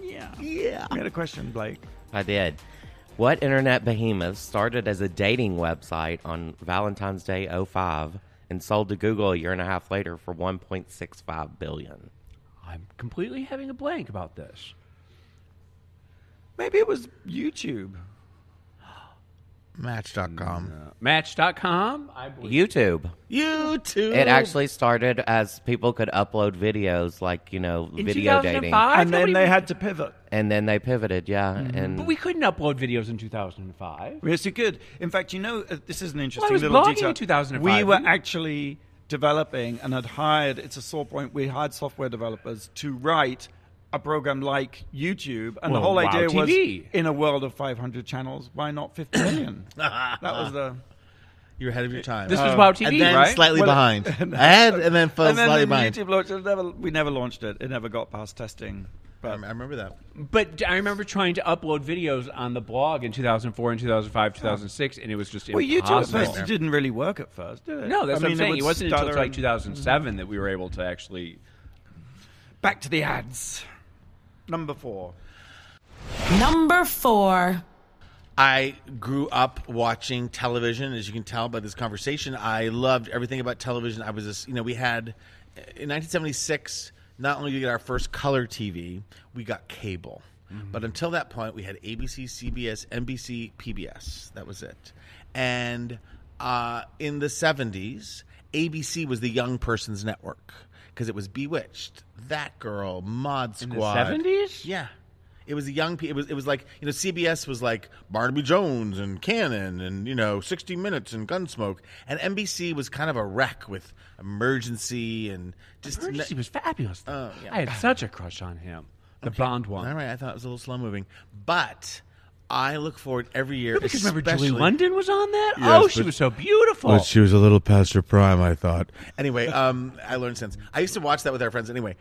Speaker 2: Yeah.
Speaker 3: Yeah.
Speaker 2: We had a question, Blake.
Speaker 5: I did. What internet behemoth started as a dating website on Valentine's Day 05 and sold to Google a year and a half later for 1.65 billion?
Speaker 4: I'm completely having a blank about this.
Speaker 2: Maybe it was YouTube.
Speaker 3: Match.com.
Speaker 4: Match.com. I believe.
Speaker 5: YouTube.
Speaker 3: YouTube.
Speaker 5: It actually started as people could upload videos like, you know,
Speaker 4: In
Speaker 5: video
Speaker 4: 2005,
Speaker 5: dating.
Speaker 2: and
Speaker 4: nobody-
Speaker 2: then they had to pivot.
Speaker 5: And then they pivoted, yeah. And
Speaker 4: Mm-hmm. But we couldn't upload videos in 2005.
Speaker 2: Yes, you could. In fact, you know, uh, this is an interesting
Speaker 4: was
Speaker 2: little
Speaker 4: blogging in
Speaker 2: detail.
Speaker 4: 2005.
Speaker 2: We were actually developing and had hired, it's a sore point, we hired software developers to write a program like YouTube. And the
Speaker 4: Well,
Speaker 2: whole
Speaker 4: Wow
Speaker 2: idea was
Speaker 4: TV.
Speaker 2: in a world of 500 channels, why not 50 million?
Speaker 4: [COUGHS]
Speaker 2: that was the.
Speaker 3: You're ahead of your time.
Speaker 4: This was Wow TV,
Speaker 3: and then
Speaker 4: right?
Speaker 3: slightly
Speaker 2: Uh, Well, [LAUGHS]
Speaker 3: behind. Ahead and then, fell
Speaker 2: and then
Speaker 3: slightly
Speaker 2: when
Speaker 3: behind.
Speaker 2: YouTube launched, it never, we never launched it. It never got past testing.
Speaker 3: I
Speaker 2: But
Speaker 3: remember that.
Speaker 4: But I remember trying to upload videos on the blog in 2004 and 2005, 2006, and it was just
Speaker 2: well, YouTube at
Speaker 4: impossible.
Speaker 2: first it didn't really work at first, did it?
Speaker 4: No, that's
Speaker 2: I
Speaker 4: what
Speaker 2: mean,
Speaker 4: I'm
Speaker 2: would
Speaker 4: saying. It wasn't until
Speaker 2: stutter
Speaker 4: like
Speaker 2: and-
Speaker 4: 2007 that we were able to actually.
Speaker 2: Back to the ads. Number four.
Speaker 1: Number four.
Speaker 3: I grew up watching television, as you can tell by this conversation. I loved everything about television. I was, this, you know, we had eh, in 1976. Not only did we get our first color TV, we got cable. But until that point, we had ABC, CBS, NBC, PBS. That was it. And uh, in the 70s, ABC was the young person's network because it was Bewitched, That Girl, Mod Squad.
Speaker 4: 70s?
Speaker 3: Yeah. It was a young people. It was it was like you know CBS was like Barnaby Jones and Cannon and you know 60 Minutes and Gunsmoke and NBC was kind of a wreck with Emergency and just
Speaker 4: Emergency was fabulous.
Speaker 2: Oh,
Speaker 4: I had such a crush on him, the blonde one.
Speaker 3: all right. I thought it was a little slow moving, but I look forward every year.
Speaker 4: Because remember, Julie
Speaker 3: especially-
Speaker 4: London was on that.
Speaker 3: Yes,
Speaker 4: oh, she
Speaker 3: but-
Speaker 4: was so beautiful.
Speaker 3: was a little past her prime, I thought. Anyway, um, I learned since. I used to watch that with our friends. Anyway,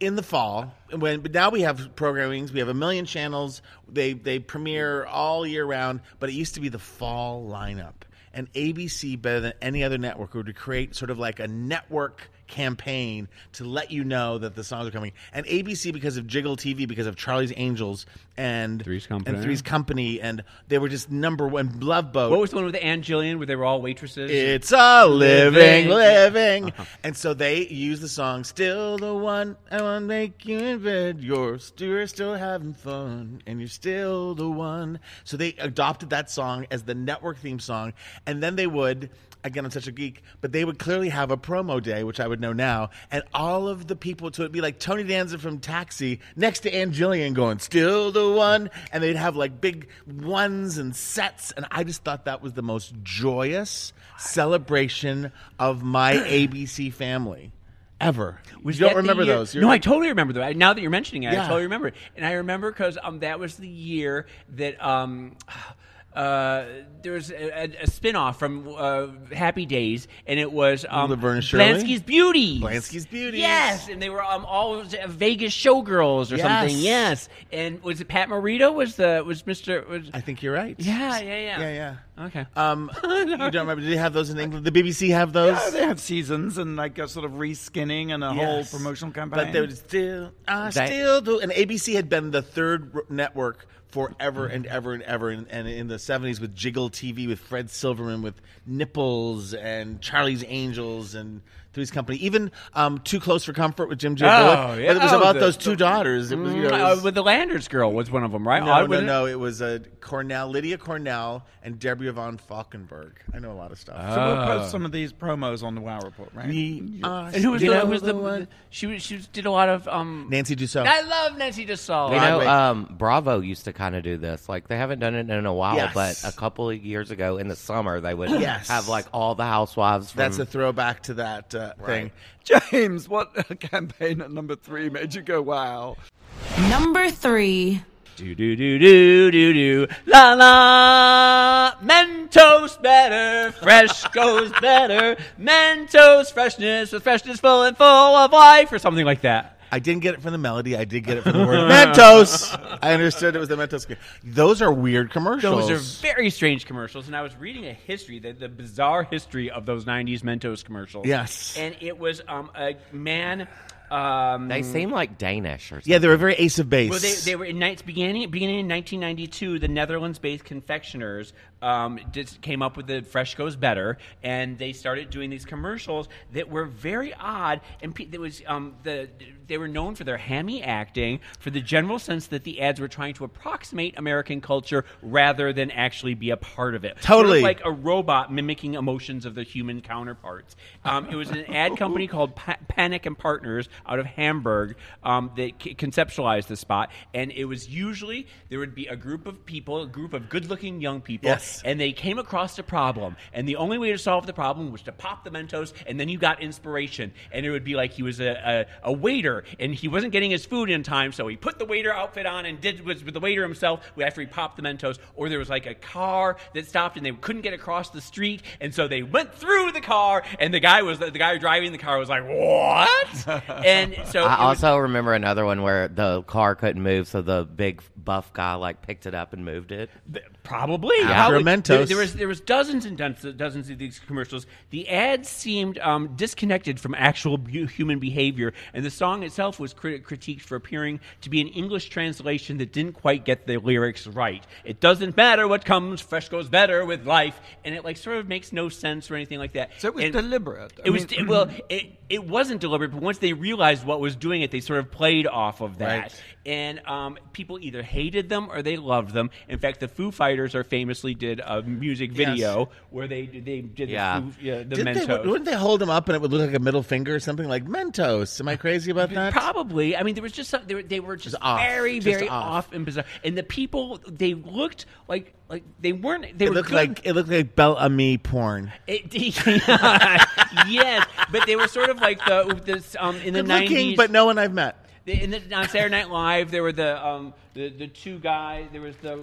Speaker 3: in the fall when but now we have programmings we have a million channels they they premiere all year round but it used to be the fall lineup and abc better than any other network would create sort of like a network campaign to let you know that the songs are coming and abc because of jiggle tv because of charlie's angels and
Speaker 4: Three's Company.
Speaker 3: and three's company and they were just number one love boat
Speaker 4: What was the one with Anne Jillian where they were all waitresses?
Speaker 3: it's a living,
Speaker 4: Living.
Speaker 3: living. And so they use the song "Still the One." I want to make you in bed. You're, st- you're still having fun, and you're still the one. So they adopted that song as the network theme song, and then they would. Again, I'm such a geek, but they would clearly have a promo day, which I would know now, and all of the people. So it'd be like Tony Danza from Taxi next to Ann Jillian going, "Still the one," and they'd have like big ones and sets, and I just thought that was the most joyous celebration of
Speaker 4: [CLEARS THROAT]
Speaker 3: my ABC family ever.
Speaker 4: Was
Speaker 3: you don't
Speaker 4: that the
Speaker 3: remember
Speaker 4: year-
Speaker 3: those? You're
Speaker 4: No, I
Speaker 3: like-
Speaker 4: totally remember that. Now that you're mentioning it,
Speaker 3: Yeah.
Speaker 4: I totally remember. it. And I remember because um, that was the year that um, [SIGHS] uh, there was a, a, a spin-off from uh, Happy Days, and it was um,
Speaker 3: Laverne and Shirley?
Speaker 4: Blansky's Beauties.
Speaker 3: Blansky's Beauties.
Speaker 4: Yes, and they were um, all Vegas showgirls or
Speaker 3: Yes.
Speaker 4: something. Yes, and was it Pat Morita? Was the was Mister? Was,
Speaker 3: I think you're right.
Speaker 4: yeah, yeah, yeah, [LAUGHS]
Speaker 3: yeah, yeah.
Speaker 4: Okay.
Speaker 3: Um, you don't remember? Did they have those in England? The BBC have those.
Speaker 2: Yeah, Ah, they have seasons and like a sort of reskinning and a whole
Speaker 3: Yes.
Speaker 2: promotional campaign.
Speaker 3: But they would still, I
Speaker 5: They-
Speaker 3: still do. And ABC had been the third r- network forever and ever and ever. And, and in the 70s with Jiggle TV, with Fred Silverman, with Nipples and Charlie's Angels and Three's Company. Even um, Too Close for Comfort with Jim J.
Speaker 4: Oh,
Speaker 3: Bullock.
Speaker 4: yeah.
Speaker 3: But it was
Speaker 4: Oh,
Speaker 3: about
Speaker 4: the-
Speaker 3: those two daughters. It was, you know, it
Speaker 4: Uh,
Speaker 3: was-
Speaker 4: with the Landers girl was one of them, right?
Speaker 3: no,
Speaker 4: I
Speaker 3: no,
Speaker 4: wouldn't-
Speaker 3: no. It was uh, Cornell, Lydia Cornell, and Deborah Von Falkenberg. I know a lot of stuff.
Speaker 4: Uh.
Speaker 2: so we'll post some of these promos on the WoW report, right?
Speaker 4: And who was the,
Speaker 3: know
Speaker 4: who was
Speaker 3: the
Speaker 4: the,
Speaker 3: one-
Speaker 4: she was, she was- did a lot of um
Speaker 3: Nancy Dussault.
Speaker 4: I love Nancy DeSalle.
Speaker 5: You know,
Speaker 3: Broadway.
Speaker 5: um, Bravo used to kind of do this. Like they haven't done it in a while,
Speaker 3: Yes.
Speaker 5: but a couple of years ago in the summer they would
Speaker 3: Yes.
Speaker 5: have like all the housewives. From,
Speaker 4: Mm.
Speaker 3: That's a throwback to that uh, thing.
Speaker 2: James, what [LAUGHS] campaign at number three made you go wow?
Speaker 1: Number three.
Speaker 4: do do do do do do la la Mentos better, fresh goes better, Mentos freshness with freshness full and full of life or something like that.
Speaker 3: I didn't get it from the melody. I did get it from
Speaker 4: [LAUGHS]
Speaker 3: the word Mentos. I understood it was the Mentos. Those are weird commercials.
Speaker 4: Those are very strange commercials, and I was reading a history, the, the bizarre history of those '90s Mentos commercials.
Speaker 3: Yes.
Speaker 4: and it was um, a man. Um,
Speaker 5: They seem like Danish or something.
Speaker 3: yeah, they were very Ace of Base.
Speaker 4: Well, they, they were in nights beginning beginning in 1992. The Netherlands-based confectioners um, just came up with the fresh goes better, and they started doing these commercials that were very odd. And pe- there was um, the they were known for their hammy acting, for the general sense that the ads were trying to approximate American culture rather than actually be a part of it. Sort of
Speaker 3: Totally.
Speaker 4: like a robot mimicking emotions of their human counterparts. Um, it was an ad
Speaker 3: [LAUGHS]
Speaker 4: company called pa- Panic and Partners out of Hamburg um, that c- conceptualized the spot, and it was usually there would be a group of people, a group of good-looking young people,
Speaker 3: Yes.
Speaker 4: and they came across a problem, and the only way to solve the problem was to pop the Mentos, and then you got inspiration, and it would be like he was a, a, a waiter, and he wasn't getting his food in time, so he put the waiter outfit on and did was with the waiter himself after he popped the Mentos, or there was like a car that stopped and they couldn't get across the street, and so they went through the car, and the guy was the guy driving the car was like what,
Speaker 5: [LAUGHS]
Speaker 4: and so
Speaker 5: I
Speaker 4: it was-
Speaker 5: also remember another one where the car couldn't move, so the big buff guy like picked it up and moved it.
Speaker 4: Th- Probably.
Speaker 3: After
Speaker 4: Probably.
Speaker 3: Mentos.
Speaker 4: There, there was there was dozens and dozens, dozens of these commercials. The ads seemed um, disconnected from actual bu- human behavior, and the song itself was crit- critiqued for appearing to be an English translation that didn't quite get the lyrics right. It doesn't matter what comes, fresh goes better with life, and it like sort of makes no sense or anything like that.
Speaker 2: So it was
Speaker 4: And-
Speaker 2: deliberate. I
Speaker 4: It was
Speaker 2: mean-
Speaker 4: well, it, it wasn't deliberate, but once they realized what was doing it, they sort of played off of that
Speaker 3: Right.
Speaker 4: and um, people either hated them or they loved them. In fact, the Foo Fighters are famously did a music video where they they did
Speaker 5: Yeah.
Speaker 4: the, Foo, yeah, the
Speaker 3: Didn't they,
Speaker 4: Mentos.
Speaker 3: wouldn't they hold them up and it would look like a middle finger or something like Mentos? Am I crazy about that?
Speaker 4: Probably. I mean, there was just some, they, were, they were just,
Speaker 3: Just off.
Speaker 4: very,
Speaker 3: Just
Speaker 4: very
Speaker 3: off.
Speaker 4: off. and bizarre. And the people, they looked like like they weren't. They
Speaker 3: It
Speaker 4: were
Speaker 3: looked
Speaker 4: good.
Speaker 3: like it looked like Bel Ami porn.
Speaker 4: It- [LAUGHS] yes, but they were sort of like the this um in the
Speaker 3: Good looking,
Speaker 4: nineties.
Speaker 3: but no one I've met.
Speaker 4: in the, on Saturday Night Live, there were the um the, the two guys. There was the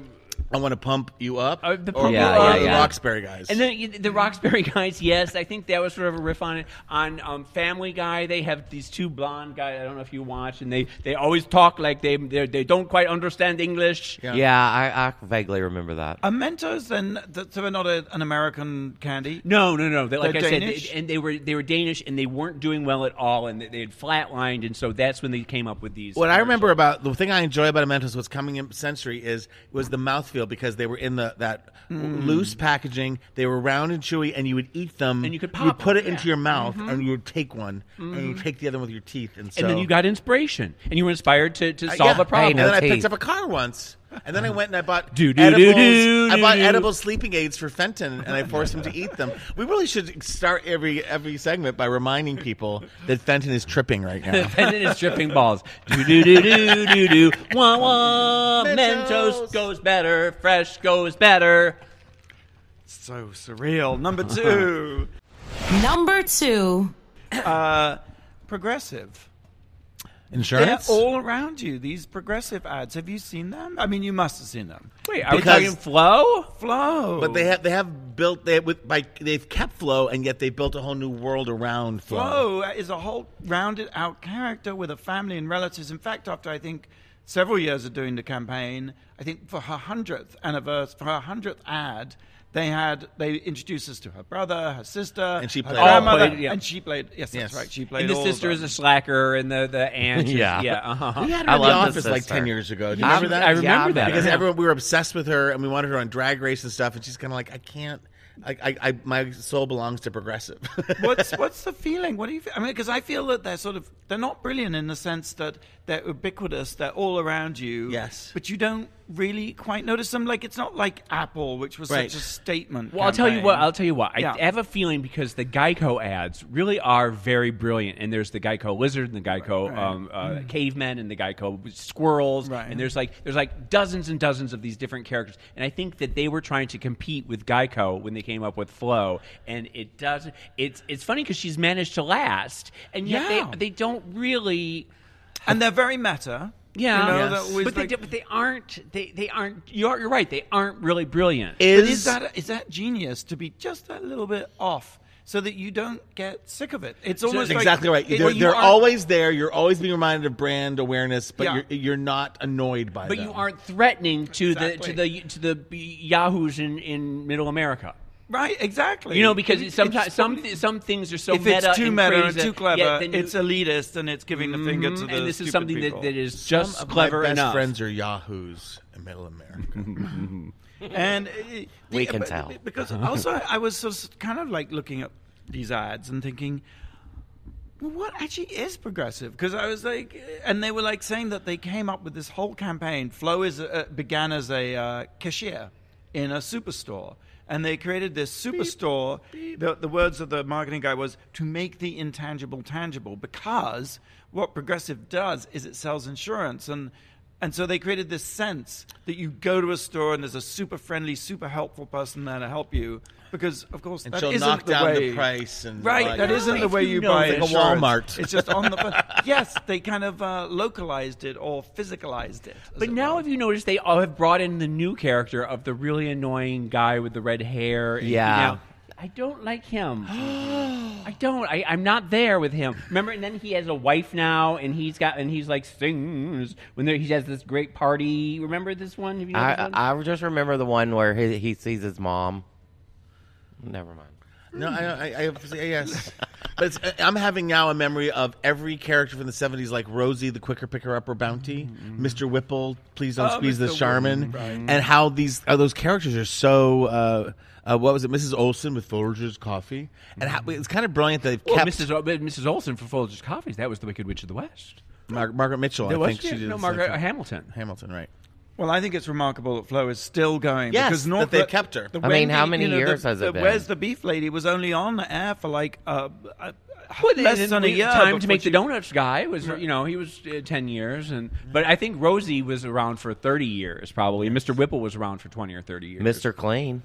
Speaker 3: I want to pump you up.
Speaker 4: Uh, the
Speaker 3: or,
Speaker 4: pump
Speaker 5: Yeah,
Speaker 3: or
Speaker 5: yeah,
Speaker 3: the
Speaker 5: yeah.
Speaker 3: Roxbury guys.
Speaker 4: And then you- the Roxbury [LAUGHS] guys, yes, I think that was sort of a riff on it. On um, Family Guy, they have these two blonde guys. I don't know if you watch, and they, they always talk like they they're- they don't quite understand English.
Speaker 3: Yeah.
Speaker 5: Yeah, I, I vaguely remember that.
Speaker 2: Are Mentos then? th- So they're not a, an American candy.
Speaker 4: No, no, no. They, like I
Speaker 2: They're
Speaker 4: said,
Speaker 2: Danish?
Speaker 4: they, and they were they were Danish, and they weren't doing well at all, and they, they had flatlined, and so that's when they came up with these.
Speaker 3: what I remember about the thing I enjoy about Mentos was coming in century is was the mouthfeel because they were in the that
Speaker 4: Mm.
Speaker 3: loose packaging. They were round and chewy, and you would eat them.
Speaker 4: And you could
Speaker 3: would
Speaker 4: pop
Speaker 3: put
Speaker 4: them,
Speaker 3: it into
Speaker 4: yeah. Mm-hmm.
Speaker 3: your mouth, and you would take one, and you would take the other one with your teeth, and so
Speaker 4: and then you got inspiration, and you were inspired to, to
Speaker 3: Uh,
Speaker 4: solve
Speaker 3: yeah.
Speaker 4: a problem.
Speaker 5: Hey, no
Speaker 3: and then I
Speaker 5: teeth.
Speaker 3: picked up a car once. And then I went and I bought
Speaker 4: Do, do, do,
Speaker 3: edibles.
Speaker 4: do,
Speaker 3: I
Speaker 4: do,
Speaker 3: bought
Speaker 4: do.
Speaker 3: edible sleeping aids for Fenton, and I forced him to eat them. We really should start every every segment by reminding people that Fenton is tripping right
Speaker 4: [LAUGHS]
Speaker 3: now.
Speaker 4: and then it's dripping balls. Do do do do do do. Wah wah.
Speaker 3: Mentos.
Speaker 4: Mentos. goes better. Fresh goes better.
Speaker 2: So surreal. Number two,
Speaker 1: Number two.
Speaker 2: progressive. They're
Speaker 3: Insurance.
Speaker 2: all around you. These progressive ads. Have you seen them? I mean, you must have seen them.
Speaker 4: Wait, are
Speaker 3: Because-
Speaker 4: we talking flow?
Speaker 2: Flow.
Speaker 3: But they have they have built they with by they've kept flow and yet they built a whole new world around flow.
Speaker 2: Flo is a whole rounded out character with a family and relatives. In fact, after I think several years of doing the campaign, I think for her hundredth anniversary, for her hundredth ad, they had they introduced us to her brother, her sister,
Speaker 3: And she
Speaker 2: her
Speaker 3: played all of them.
Speaker 2: grandmother,
Speaker 4: Played, yeah.
Speaker 2: and she played. Yes,
Speaker 3: Yes.
Speaker 2: that's right. She played.
Speaker 4: And the
Speaker 2: all
Speaker 4: sister
Speaker 2: of
Speaker 4: is
Speaker 2: them.
Speaker 4: a slacker, and the the aunt. Is, [LAUGHS]
Speaker 5: Yeah.
Speaker 4: yeah. Uh-huh.
Speaker 3: We had her
Speaker 5: I
Speaker 3: in the
Speaker 5: love
Speaker 3: office
Speaker 5: this
Speaker 3: like
Speaker 5: sister.
Speaker 3: ten years ago. Do you
Speaker 5: I'm-
Speaker 3: remember that?
Speaker 4: I remember
Speaker 5: Yeah,
Speaker 4: that
Speaker 3: because
Speaker 5: I know.
Speaker 3: everyone we were obsessed with her and we wanted her on drag race and stuff, and she's kind of like, I can't. I, I, I my soul belongs to progressive. [LAUGHS]
Speaker 2: what's what's the feeling? What do you? Feel? I mean, because I feel that they're sort of they're not brilliant in the sense that they're ubiquitous. They're all around you.
Speaker 3: Yes.
Speaker 2: but you don't really quite notice them. Like it's not like Apple, which was
Speaker 3: Right.
Speaker 2: such a statement.
Speaker 4: Well, I'll tell you
Speaker 2: campaign.
Speaker 4: what. I'll tell you what. I
Speaker 2: Yeah.
Speaker 4: have a feeling because the Geico ads really are very brilliant, and there's the Geico lizard and the Geico um, uh, cavemen and the Geico squirrels,
Speaker 2: Mm. Right.
Speaker 4: and there's like there's like dozens and dozens of these different characters, and I think that they were trying to compete with Geico when they came up with Flo, and it does. It's it's funny because she's managed to last, and yet
Speaker 2: Yeah.
Speaker 4: they they don't really.
Speaker 2: and they're very meta.
Speaker 4: Yeah,
Speaker 2: you know,
Speaker 3: Yes.
Speaker 2: they're always
Speaker 4: but, they
Speaker 2: like-
Speaker 4: they, but they aren't. They, they aren't. You're, you're right. They aren't really brilliant.
Speaker 2: but is that is that genius to be just a little bit off so that you don't get sick of it? It's almost
Speaker 3: That's exactly
Speaker 2: like,
Speaker 3: right.
Speaker 2: it-
Speaker 3: they're
Speaker 2: you
Speaker 3: they're
Speaker 2: aren't-
Speaker 3: always there. You're always being reminded of brand awareness, but
Speaker 2: Yeah.
Speaker 3: you're you're not annoyed by
Speaker 4: But
Speaker 3: them.
Speaker 4: you aren't threatening to
Speaker 2: Exactly.
Speaker 4: the to the to the yahoos in, in Middle America.
Speaker 2: right. Exactly.
Speaker 4: You know, because
Speaker 2: It-
Speaker 4: sometimes
Speaker 2: it's
Speaker 4: some
Speaker 2: totally-
Speaker 4: th- some things are so
Speaker 2: if
Speaker 4: meta
Speaker 2: it's too
Speaker 4: and
Speaker 2: meta
Speaker 4: crazy
Speaker 2: and
Speaker 4: that-
Speaker 2: too clever,
Speaker 4: yeah, then you-
Speaker 2: it's elitist and it's giving the finger to
Speaker 4: Mhm,
Speaker 2: the
Speaker 4: and this is
Speaker 2: stupid
Speaker 4: something that,
Speaker 2: people.
Speaker 4: that is
Speaker 3: Some
Speaker 4: just
Speaker 3: of
Speaker 4: clever
Speaker 3: my best
Speaker 4: enough.
Speaker 3: friends are yahoos in Middle America.
Speaker 2: and uh,
Speaker 5: We
Speaker 2: the-
Speaker 5: can
Speaker 2: but-
Speaker 5: tell.
Speaker 2: because also I was sort of kind of like looking at these ads and thinking. well, What actually is progressive? Because I was like, and they were like saying that they came up with this whole campaign. Flow is uh, began as a uh, cashier in a superstore, and they created this superstore. The, the words of the marketing guy was to make the intangible tangible, because what progressive does is it sells insurance, and and so they created this sense that you go to a store and there's a super friendly, super helpful person there to help you. Because of course,
Speaker 3: And
Speaker 2: that
Speaker 3: she'll
Speaker 2: isn't
Speaker 3: knock
Speaker 2: the
Speaker 3: down the
Speaker 2: way-
Speaker 3: price and all
Speaker 2: right.
Speaker 3: that
Speaker 2: That
Speaker 3: kind of
Speaker 2: isn't the
Speaker 3: [LAUGHS] stuff.
Speaker 2: way you
Speaker 3: No,
Speaker 2: buy
Speaker 3: it's like a
Speaker 2: insurance.
Speaker 3: Walmart.
Speaker 2: It's just on
Speaker 3: [LAUGHS]
Speaker 2: the. yes, they kind of uh, localized it or physicalized it. as
Speaker 4: But
Speaker 2: it
Speaker 4: now,
Speaker 2: were.
Speaker 4: have you noticed they all have brought in the new character of the really annoying guy with the red hair? and-
Speaker 5: Yeah.
Speaker 4: now, I don't like him. I don't. I, I'm not there with him. Remember, and then he has a wife now, and he's got, and he's like sings when there, he has this great party. Remember this one? Have you noticed
Speaker 5: I,
Speaker 4: this one?
Speaker 5: I just remember the one where he, he sees his mom. Never mind.
Speaker 3: No, I, I, I yes, but it's, uh, I'm having now a memory of every character from the '70s, like Rosie, the quicker picker upper bounty,
Speaker 4: Mm-hmm.
Speaker 3: Mr. Whipple, please don't
Speaker 2: Oh,
Speaker 3: squeeze
Speaker 2: Mr.
Speaker 3: the
Speaker 2: Whipple,
Speaker 3: Charmin, and how these how those characters are so. Uh, uh, what was it, Mrs. Olson with Folger's Coffee? And how, it's kind of brilliant that they've
Speaker 4: Well,
Speaker 3: kept
Speaker 4: Mrs. O- but Mrs. Olson for Folger's Coffees. That was the Wicked Witch of the West.
Speaker 3: Mar- Margaret Mitchell. I
Speaker 4: That was-
Speaker 3: think she
Speaker 4: yeah,
Speaker 3: did
Speaker 4: no
Speaker 3: the same
Speaker 4: Margaret
Speaker 3: thing.
Speaker 4: Hamilton.
Speaker 3: Hamilton, right?
Speaker 2: Well, I think it's remarkable that Flo is still going.
Speaker 3: Yes,
Speaker 2: because
Speaker 3: that
Speaker 2: North,
Speaker 3: they've kept her.
Speaker 2: the
Speaker 5: I mean, how
Speaker 2: Wendy-
Speaker 5: many
Speaker 2: you know, the-
Speaker 5: years has it
Speaker 2: the
Speaker 5: been?
Speaker 2: Where's the Beef Lady was only on the air for like uh, uh,
Speaker 4: Well,
Speaker 2: less
Speaker 4: and
Speaker 2: than a
Speaker 4: we-
Speaker 2: year.
Speaker 4: Time to
Speaker 2: before
Speaker 4: make
Speaker 2: she-
Speaker 4: the donuts guy was you know he was uh, ten years and but I think Rosie was around for thirty years probably. and Mr. Whipple was around for twenty or thirty years.
Speaker 5: Mr. Clean.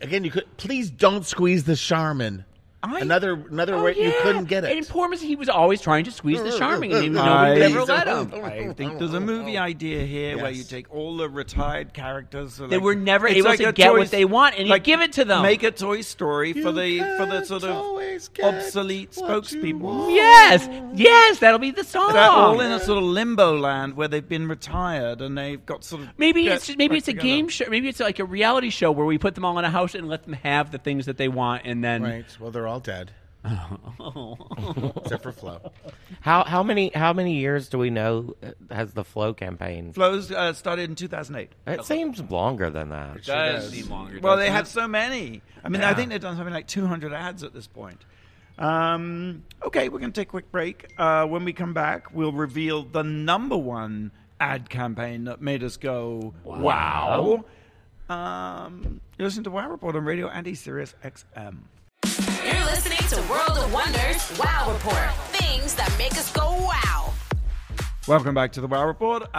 Speaker 3: Again, you could please don't squeeze the Charmin.
Speaker 2: I-
Speaker 3: another another
Speaker 4: Oh,
Speaker 3: way you
Speaker 4: yeah.
Speaker 3: couldn't get it. Mm,
Speaker 4: And poor Mrs. He was always trying to squeeze the charming, and
Speaker 2: I-
Speaker 4: nobody ever
Speaker 2: [LAUGHS]
Speaker 4: let him.
Speaker 3: Oh,
Speaker 2: I think there's a movie idea here where you
Speaker 3: Yes.
Speaker 2: take all the retired characters. So
Speaker 4: They
Speaker 2: like-
Speaker 4: were never
Speaker 2: it's
Speaker 4: able
Speaker 2: like
Speaker 4: to
Speaker 2: a
Speaker 4: get
Speaker 2: Toy
Speaker 4: what they want, and you
Speaker 2: like,
Speaker 4: give it to them.
Speaker 2: Make a Toy Story for
Speaker 3: You
Speaker 2: the for the sort
Speaker 3: can't
Speaker 2: of
Speaker 3: always get
Speaker 2: obsolete
Speaker 3: what you
Speaker 2: spokespeople.
Speaker 3: want.
Speaker 4: Yes, yes, that'll be the song.
Speaker 2: They're all in a sort of limbo land where they've been retired and they've got sort of
Speaker 4: Maybe
Speaker 2: get
Speaker 4: it's maybe
Speaker 2: back
Speaker 4: it's a
Speaker 2: together.
Speaker 4: game show. Maybe it's like a reality show where we put them all in a house and let them have the things that they want, and then
Speaker 3: Right. Well, they're all
Speaker 4: [LAUGHS]
Speaker 3: dead. Except for Flo.
Speaker 5: How how many how many years do we know uh, has the flow campaign?
Speaker 2: Flows uh, started in 2008.
Speaker 5: It seems longer than that.
Speaker 4: does seem longer.
Speaker 2: Well, they
Speaker 4: doesn't
Speaker 2: had
Speaker 4: it?
Speaker 2: so many. I mean, I think they've done something like 200 ads at this point. Um, okay, we're going to take a quick break. Uh, when we come back, we'll reveal the number one ad campaign that made us go, wow. Um, you're listening to Wow Report on Radio Andy Sirius XM.
Speaker 1: You're listening to World of Wonders Wow Report. Things that make us go wow.
Speaker 2: Welcome back to the Wow Report. Uh,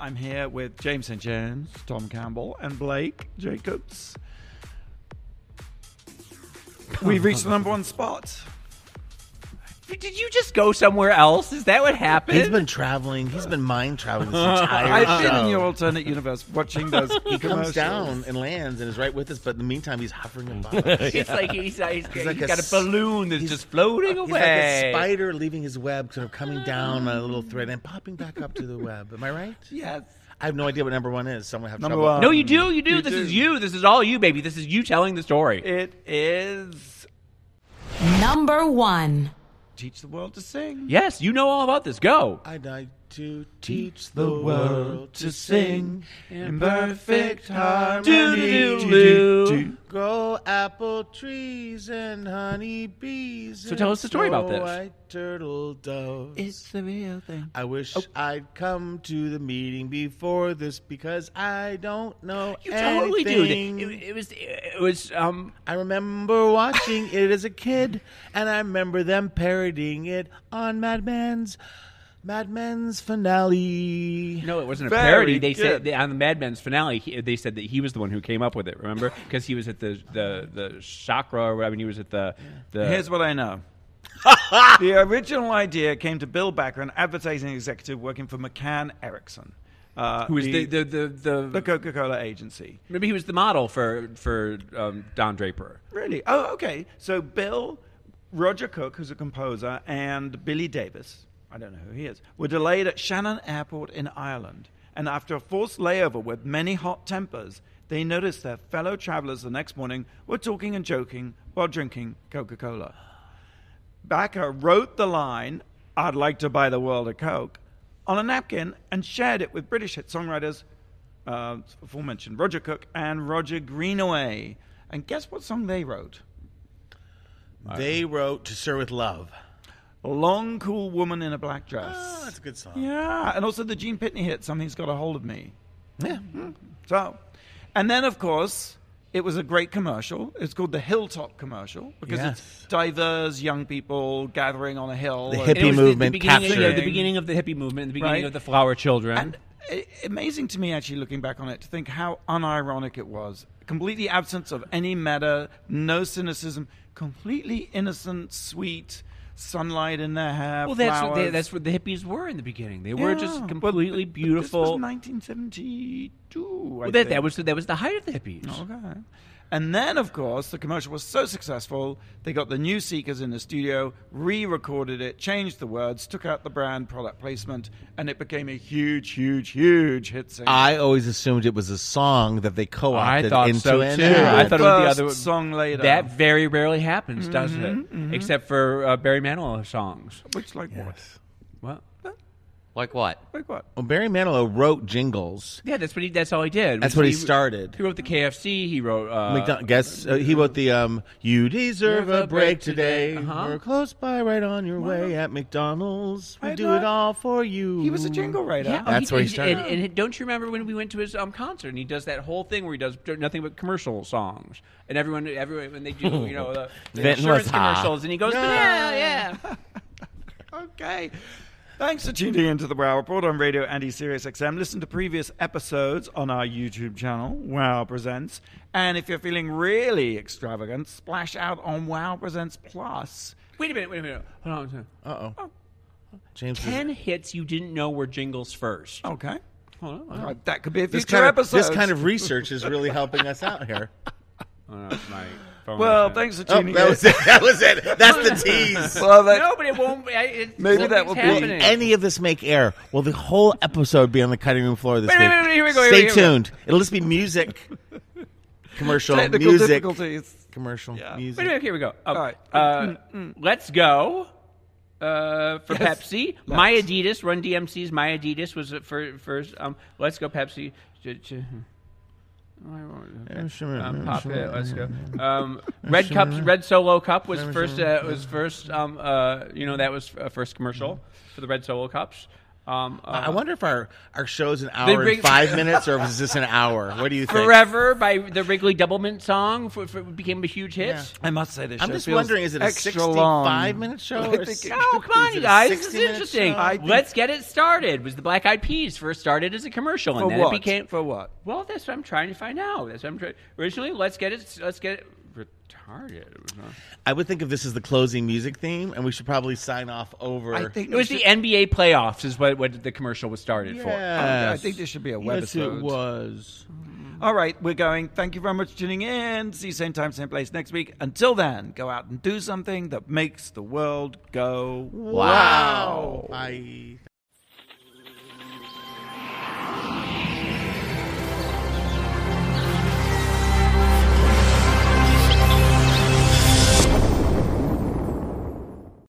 Speaker 2: I'm here with James St. James, Tom Campbell, and Blake Jacobs.
Speaker 3: Oh.
Speaker 2: We've reached the number one spot.
Speaker 4: Did you just go somewhere else? Is that what happened?
Speaker 3: He's been traveling. He's been mind traveling this entire
Speaker 2: I've
Speaker 3: show.
Speaker 2: been in your alternate universe watching those
Speaker 3: [LAUGHS] he comes
Speaker 2: commercials.
Speaker 3: down and lands and is right with us, but in the meantime, he's hovering above us.
Speaker 4: It's like [LAUGHS] he's, uh, he's, he's
Speaker 3: like
Speaker 4: got
Speaker 3: a
Speaker 4: a
Speaker 3: s-
Speaker 4: balloon that's just floating
Speaker 3: He's like
Speaker 4: away.
Speaker 3: a spider leaving his web, sort of coming down on a little thread and popping back up to the web. Am I right?
Speaker 2: Yes.
Speaker 3: I have no idea what number one is. Someone have
Speaker 2: Number
Speaker 3: trouble.
Speaker 2: one.
Speaker 4: No, you do. You do.
Speaker 2: You
Speaker 4: this
Speaker 2: do.
Speaker 4: is you. This is all you, baby. This is you telling the story.
Speaker 2: It is
Speaker 1: Number one.
Speaker 2: Teach the World to Sing.
Speaker 4: Yes, you know all about this. Go.
Speaker 3: I'd like to teach the world to sing
Speaker 2: in perfect
Speaker 3: harmony.
Speaker 4: Do-do-do.
Speaker 3: Grow apple trees and honey bees.
Speaker 4: So tell us the story about this.
Speaker 3: White turtle doves.
Speaker 2: It's the real thing.
Speaker 3: I wish
Speaker 4: Oh.
Speaker 3: I'd come to the meeting before this because I don't know
Speaker 4: You totally
Speaker 3: anything.
Speaker 4: do. It, it was. It was. Um.
Speaker 3: I remember watching it as a
Speaker 4: [LAUGHS]
Speaker 3: kid, and I remember them parodying it on Mad Men's Mad Men's finale.
Speaker 4: No, it wasn't a
Speaker 2: Very
Speaker 4: parody. They said
Speaker 2: good.
Speaker 4: they, on the Mad Men's finale, he, they said that he was the one who came up with it. Remember, because he was at the the the chakra. Or, I mean, he was at the the.
Speaker 2: Here's what I
Speaker 4: [LAUGHS]
Speaker 2: know. the original idea came to Bill Backer, an advertising executive working for McCann Erickson, uh,
Speaker 4: who was the the the, the,
Speaker 2: the Coca Cola agency.
Speaker 4: Maybe he was the model for for um, Don Draper.
Speaker 2: Really? Oh, okay. So Bill, Roger Cook, who's a composer, and Billy Davis, I don't know who he is, were delayed at Shannon Airport in Ireland. And after a forced layover with many hot tempers, they noticed their fellow travelers the next morning were talking and joking while drinking Coca Cola. Backer wrote the line, I'd like to buy the world a Coke, on a napkin and shared it with British hit songwriters, uh, aforementioned Roger Cook and Roger Greenaway. And guess what song they wrote?
Speaker 3: They wrote "To Sir with Love."
Speaker 2: A long, cool woman in a black dress.
Speaker 3: Oh, that's a good song.
Speaker 2: Yeah, and also the Gene Pitney hit, Something's Got a Hold of Me. Hmm, So, and then of course, it was a great commercial. It's called the Hilltop commercial because
Speaker 3: Yes.
Speaker 2: it's diverse young people gathering on a hill.
Speaker 3: The
Speaker 2: and-
Speaker 3: hippie
Speaker 4: And it was the-
Speaker 3: movement
Speaker 4: the, beginning, of,
Speaker 2: captured.
Speaker 4: the beginning of the hippie movement, the beginning
Speaker 2: Right.
Speaker 4: of the flower children.
Speaker 2: And a- amazing to me, actually, looking back on it, to think how unironic it was. Completely absence of any meta, no cynicism, completely innocent, sweet, sunlight in their hair.
Speaker 4: well, that's what, they,
Speaker 2: flowers.
Speaker 4: that's what the hippies were in the beginning. They were
Speaker 2: Yeah,
Speaker 4: just
Speaker 2: but-
Speaker 4: completely
Speaker 2: but- but This
Speaker 4: beautiful.
Speaker 2: was 1972. I
Speaker 4: Well, that,
Speaker 2: think.
Speaker 4: that was that was the height of the hippies.
Speaker 2: Okay. And then, of course, the commercial was so successful, they got the new Seekers in the studio, re recorded it, changed the words, took out the brand product placement, and it became a huge, huge, huge hit
Speaker 4: Ah.
Speaker 2: single.
Speaker 3: I always assumed it was a song that they co-opted
Speaker 4: I thought
Speaker 3: into
Speaker 4: so
Speaker 3: an
Speaker 4: too.
Speaker 3: ad.
Speaker 4: I thought it was the
Speaker 2: First
Speaker 4: other
Speaker 2: song later.
Speaker 4: That very rarely happens, doesn't it? Except for uh, Barry Manilow songs.
Speaker 2: Which, like what?
Speaker 4: Well,
Speaker 5: Like what?
Speaker 2: Like what?
Speaker 3: Well, Barry Manilow wrote jingles.
Speaker 4: yeah, that's what he. That's all he did.
Speaker 3: That's
Speaker 4: was
Speaker 3: what he started.
Speaker 4: He wrote the KFC. He wrote. Uh,
Speaker 3: McDonald, guess uh, he wrote the um, "You deserve a break today."
Speaker 4: Uh-huh.
Speaker 3: We're close by, right on your way at McDonald's. We
Speaker 2: I
Speaker 3: do
Speaker 2: thought-
Speaker 3: it all for you.
Speaker 2: He was a jingle writer.
Speaker 4: Yeah, oh,
Speaker 3: That's where he
Speaker 4: did-
Speaker 3: started.
Speaker 4: And, and don't you remember when we went to his um, concert and he does that whole thing where he does nothing but commercial songs and everyone, everyone, when they do, you know, the, the
Speaker 5: Vinton was
Speaker 4: insurance
Speaker 5: high.
Speaker 4: commercials and he goes, yeah, yeah.
Speaker 2: Okay. Thanks for tuning into the Wow Report on Radio Andy Sirius XM. Listen to previous episodes on our YouTube channel, Wow Presents. And if you're feeling really extravagant, splash out on Wow Presents Plus.
Speaker 4: Wait a minute, wait a minute. Hold on. Hold on.
Speaker 3: Uh oh. James. is-
Speaker 4: Ten hits you didn't know were jingles first.
Speaker 2: Okay.
Speaker 4: Hold on.
Speaker 2: Oh, Right, that could be a
Speaker 3: this
Speaker 2: future
Speaker 3: kind, of,
Speaker 2: episode.
Speaker 3: this kind of research is really helping us out
Speaker 4: [LAUGHS]
Speaker 3: here.
Speaker 4: Hold on, Oh, my phone
Speaker 2: Well,
Speaker 4: is-
Speaker 2: thanks for
Speaker 3: Oh,
Speaker 2: tuning
Speaker 3: that
Speaker 2: in.
Speaker 3: was it. [LAUGHS] That was it. That's the
Speaker 4: [LAUGHS]
Speaker 2: [LAUGHS]
Speaker 3: tease.
Speaker 2: Well, that-
Speaker 4: No, but it won't. I- It,
Speaker 2: Maybe that will be-
Speaker 4: something's
Speaker 3: Will
Speaker 4: happening.
Speaker 3: any of this make air? Will the whole episode be on the cutting room floor this
Speaker 4: Wait,
Speaker 3: week?
Speaker 4: wait, wait, here we go, here
Speaker 3: Stay
Speaker 4: we go.
Speaker 3: tuned. It'll just be music,
Speaker 4: [LAUGHS]
Speaker 3: commercial,
Speaker 2: Technical
Speaker 3: music,
Speaker 2: difficulties.
Speaker 3: commercial,
Speaker 4: Wait a
Speaker 3: music.
Speaker 4: minute, here we go. Oh,
Speaker 2: All right.
Speaker 4: uh, Let's go. Uh, for Pepsi, my Adidas Run DMC's my Adidas was for first. Um, let's go Pepsi. J- j- Um, pop it. Let's go. Um, red cups. Red Solo Cup was first. Uh, was first. Um, uh, you know that was uh, first commercial for the Red Solo cups. Um, uh,
Speaker 2: Uh-huh.
Speaker 3: I wonder if our, our show's an hour
Speaker 4: bring-
Speaker 2: [LAUGHS]
Speaker 3: and five minutes, or is this an hour? What do you think?
Speaker 4: Forever by the Wrigley Double Mint song for, for, became a huge hit.
Speaker 3: Yeah.
Speaker 2: I must say this.
Speaker 3: I'm
Speaker 2: show
Speaker 3: just
Speaker 2: feels
Speaker 3: wondering, is it a
Speaker 2: extra
Speaker 3: 65
Speaker 2: long.
Speaker 3: minute show?
Speaker 2: I
Speaker 3: or
Speaker 2: think it-
Speaker 4: Oh, come
Speaker 3: [LAUGHS]
Speaker 4: on,
Speaker 3: Is
Speaker 4: you
Speaker 3: it a
Speaker 4: guys. This is
Speaker 3: 60 minute
Speaker 4: interesting.
Speaker 3: show? I think-
Speaker 4: Let's get it started. Was the Black Eyed Peas first started as a commercial, and
Speaker 2: For
Speaker 4: then
Speaker 2: what?
Speaker 4: it became
Speaker 2: For what?
Speaker 4: Well, that's what I'm trying to find out. That's what I'm trying. Originally, let's get it. Let's get it. Retarded. It was not-
Speaker 3: I would think of this as the closing music theme, and we should probably sign off over.
Speaker 2: I think
Speaker 4: It was the NBA playoffs, is what, what the commercial was started for.
Speaker 2: I
Speaker 3: Yes.
Speaker 2: think there should be a
Speaker 3: Yes,
Speaker 2: webisode.
Speaker 3: it was.
Speaker 2: All right, we're going. Thank you very much for tuning in. See you same time, same place next week. Until then, go out and do something that makes the world go
Speaker 3: Wow. I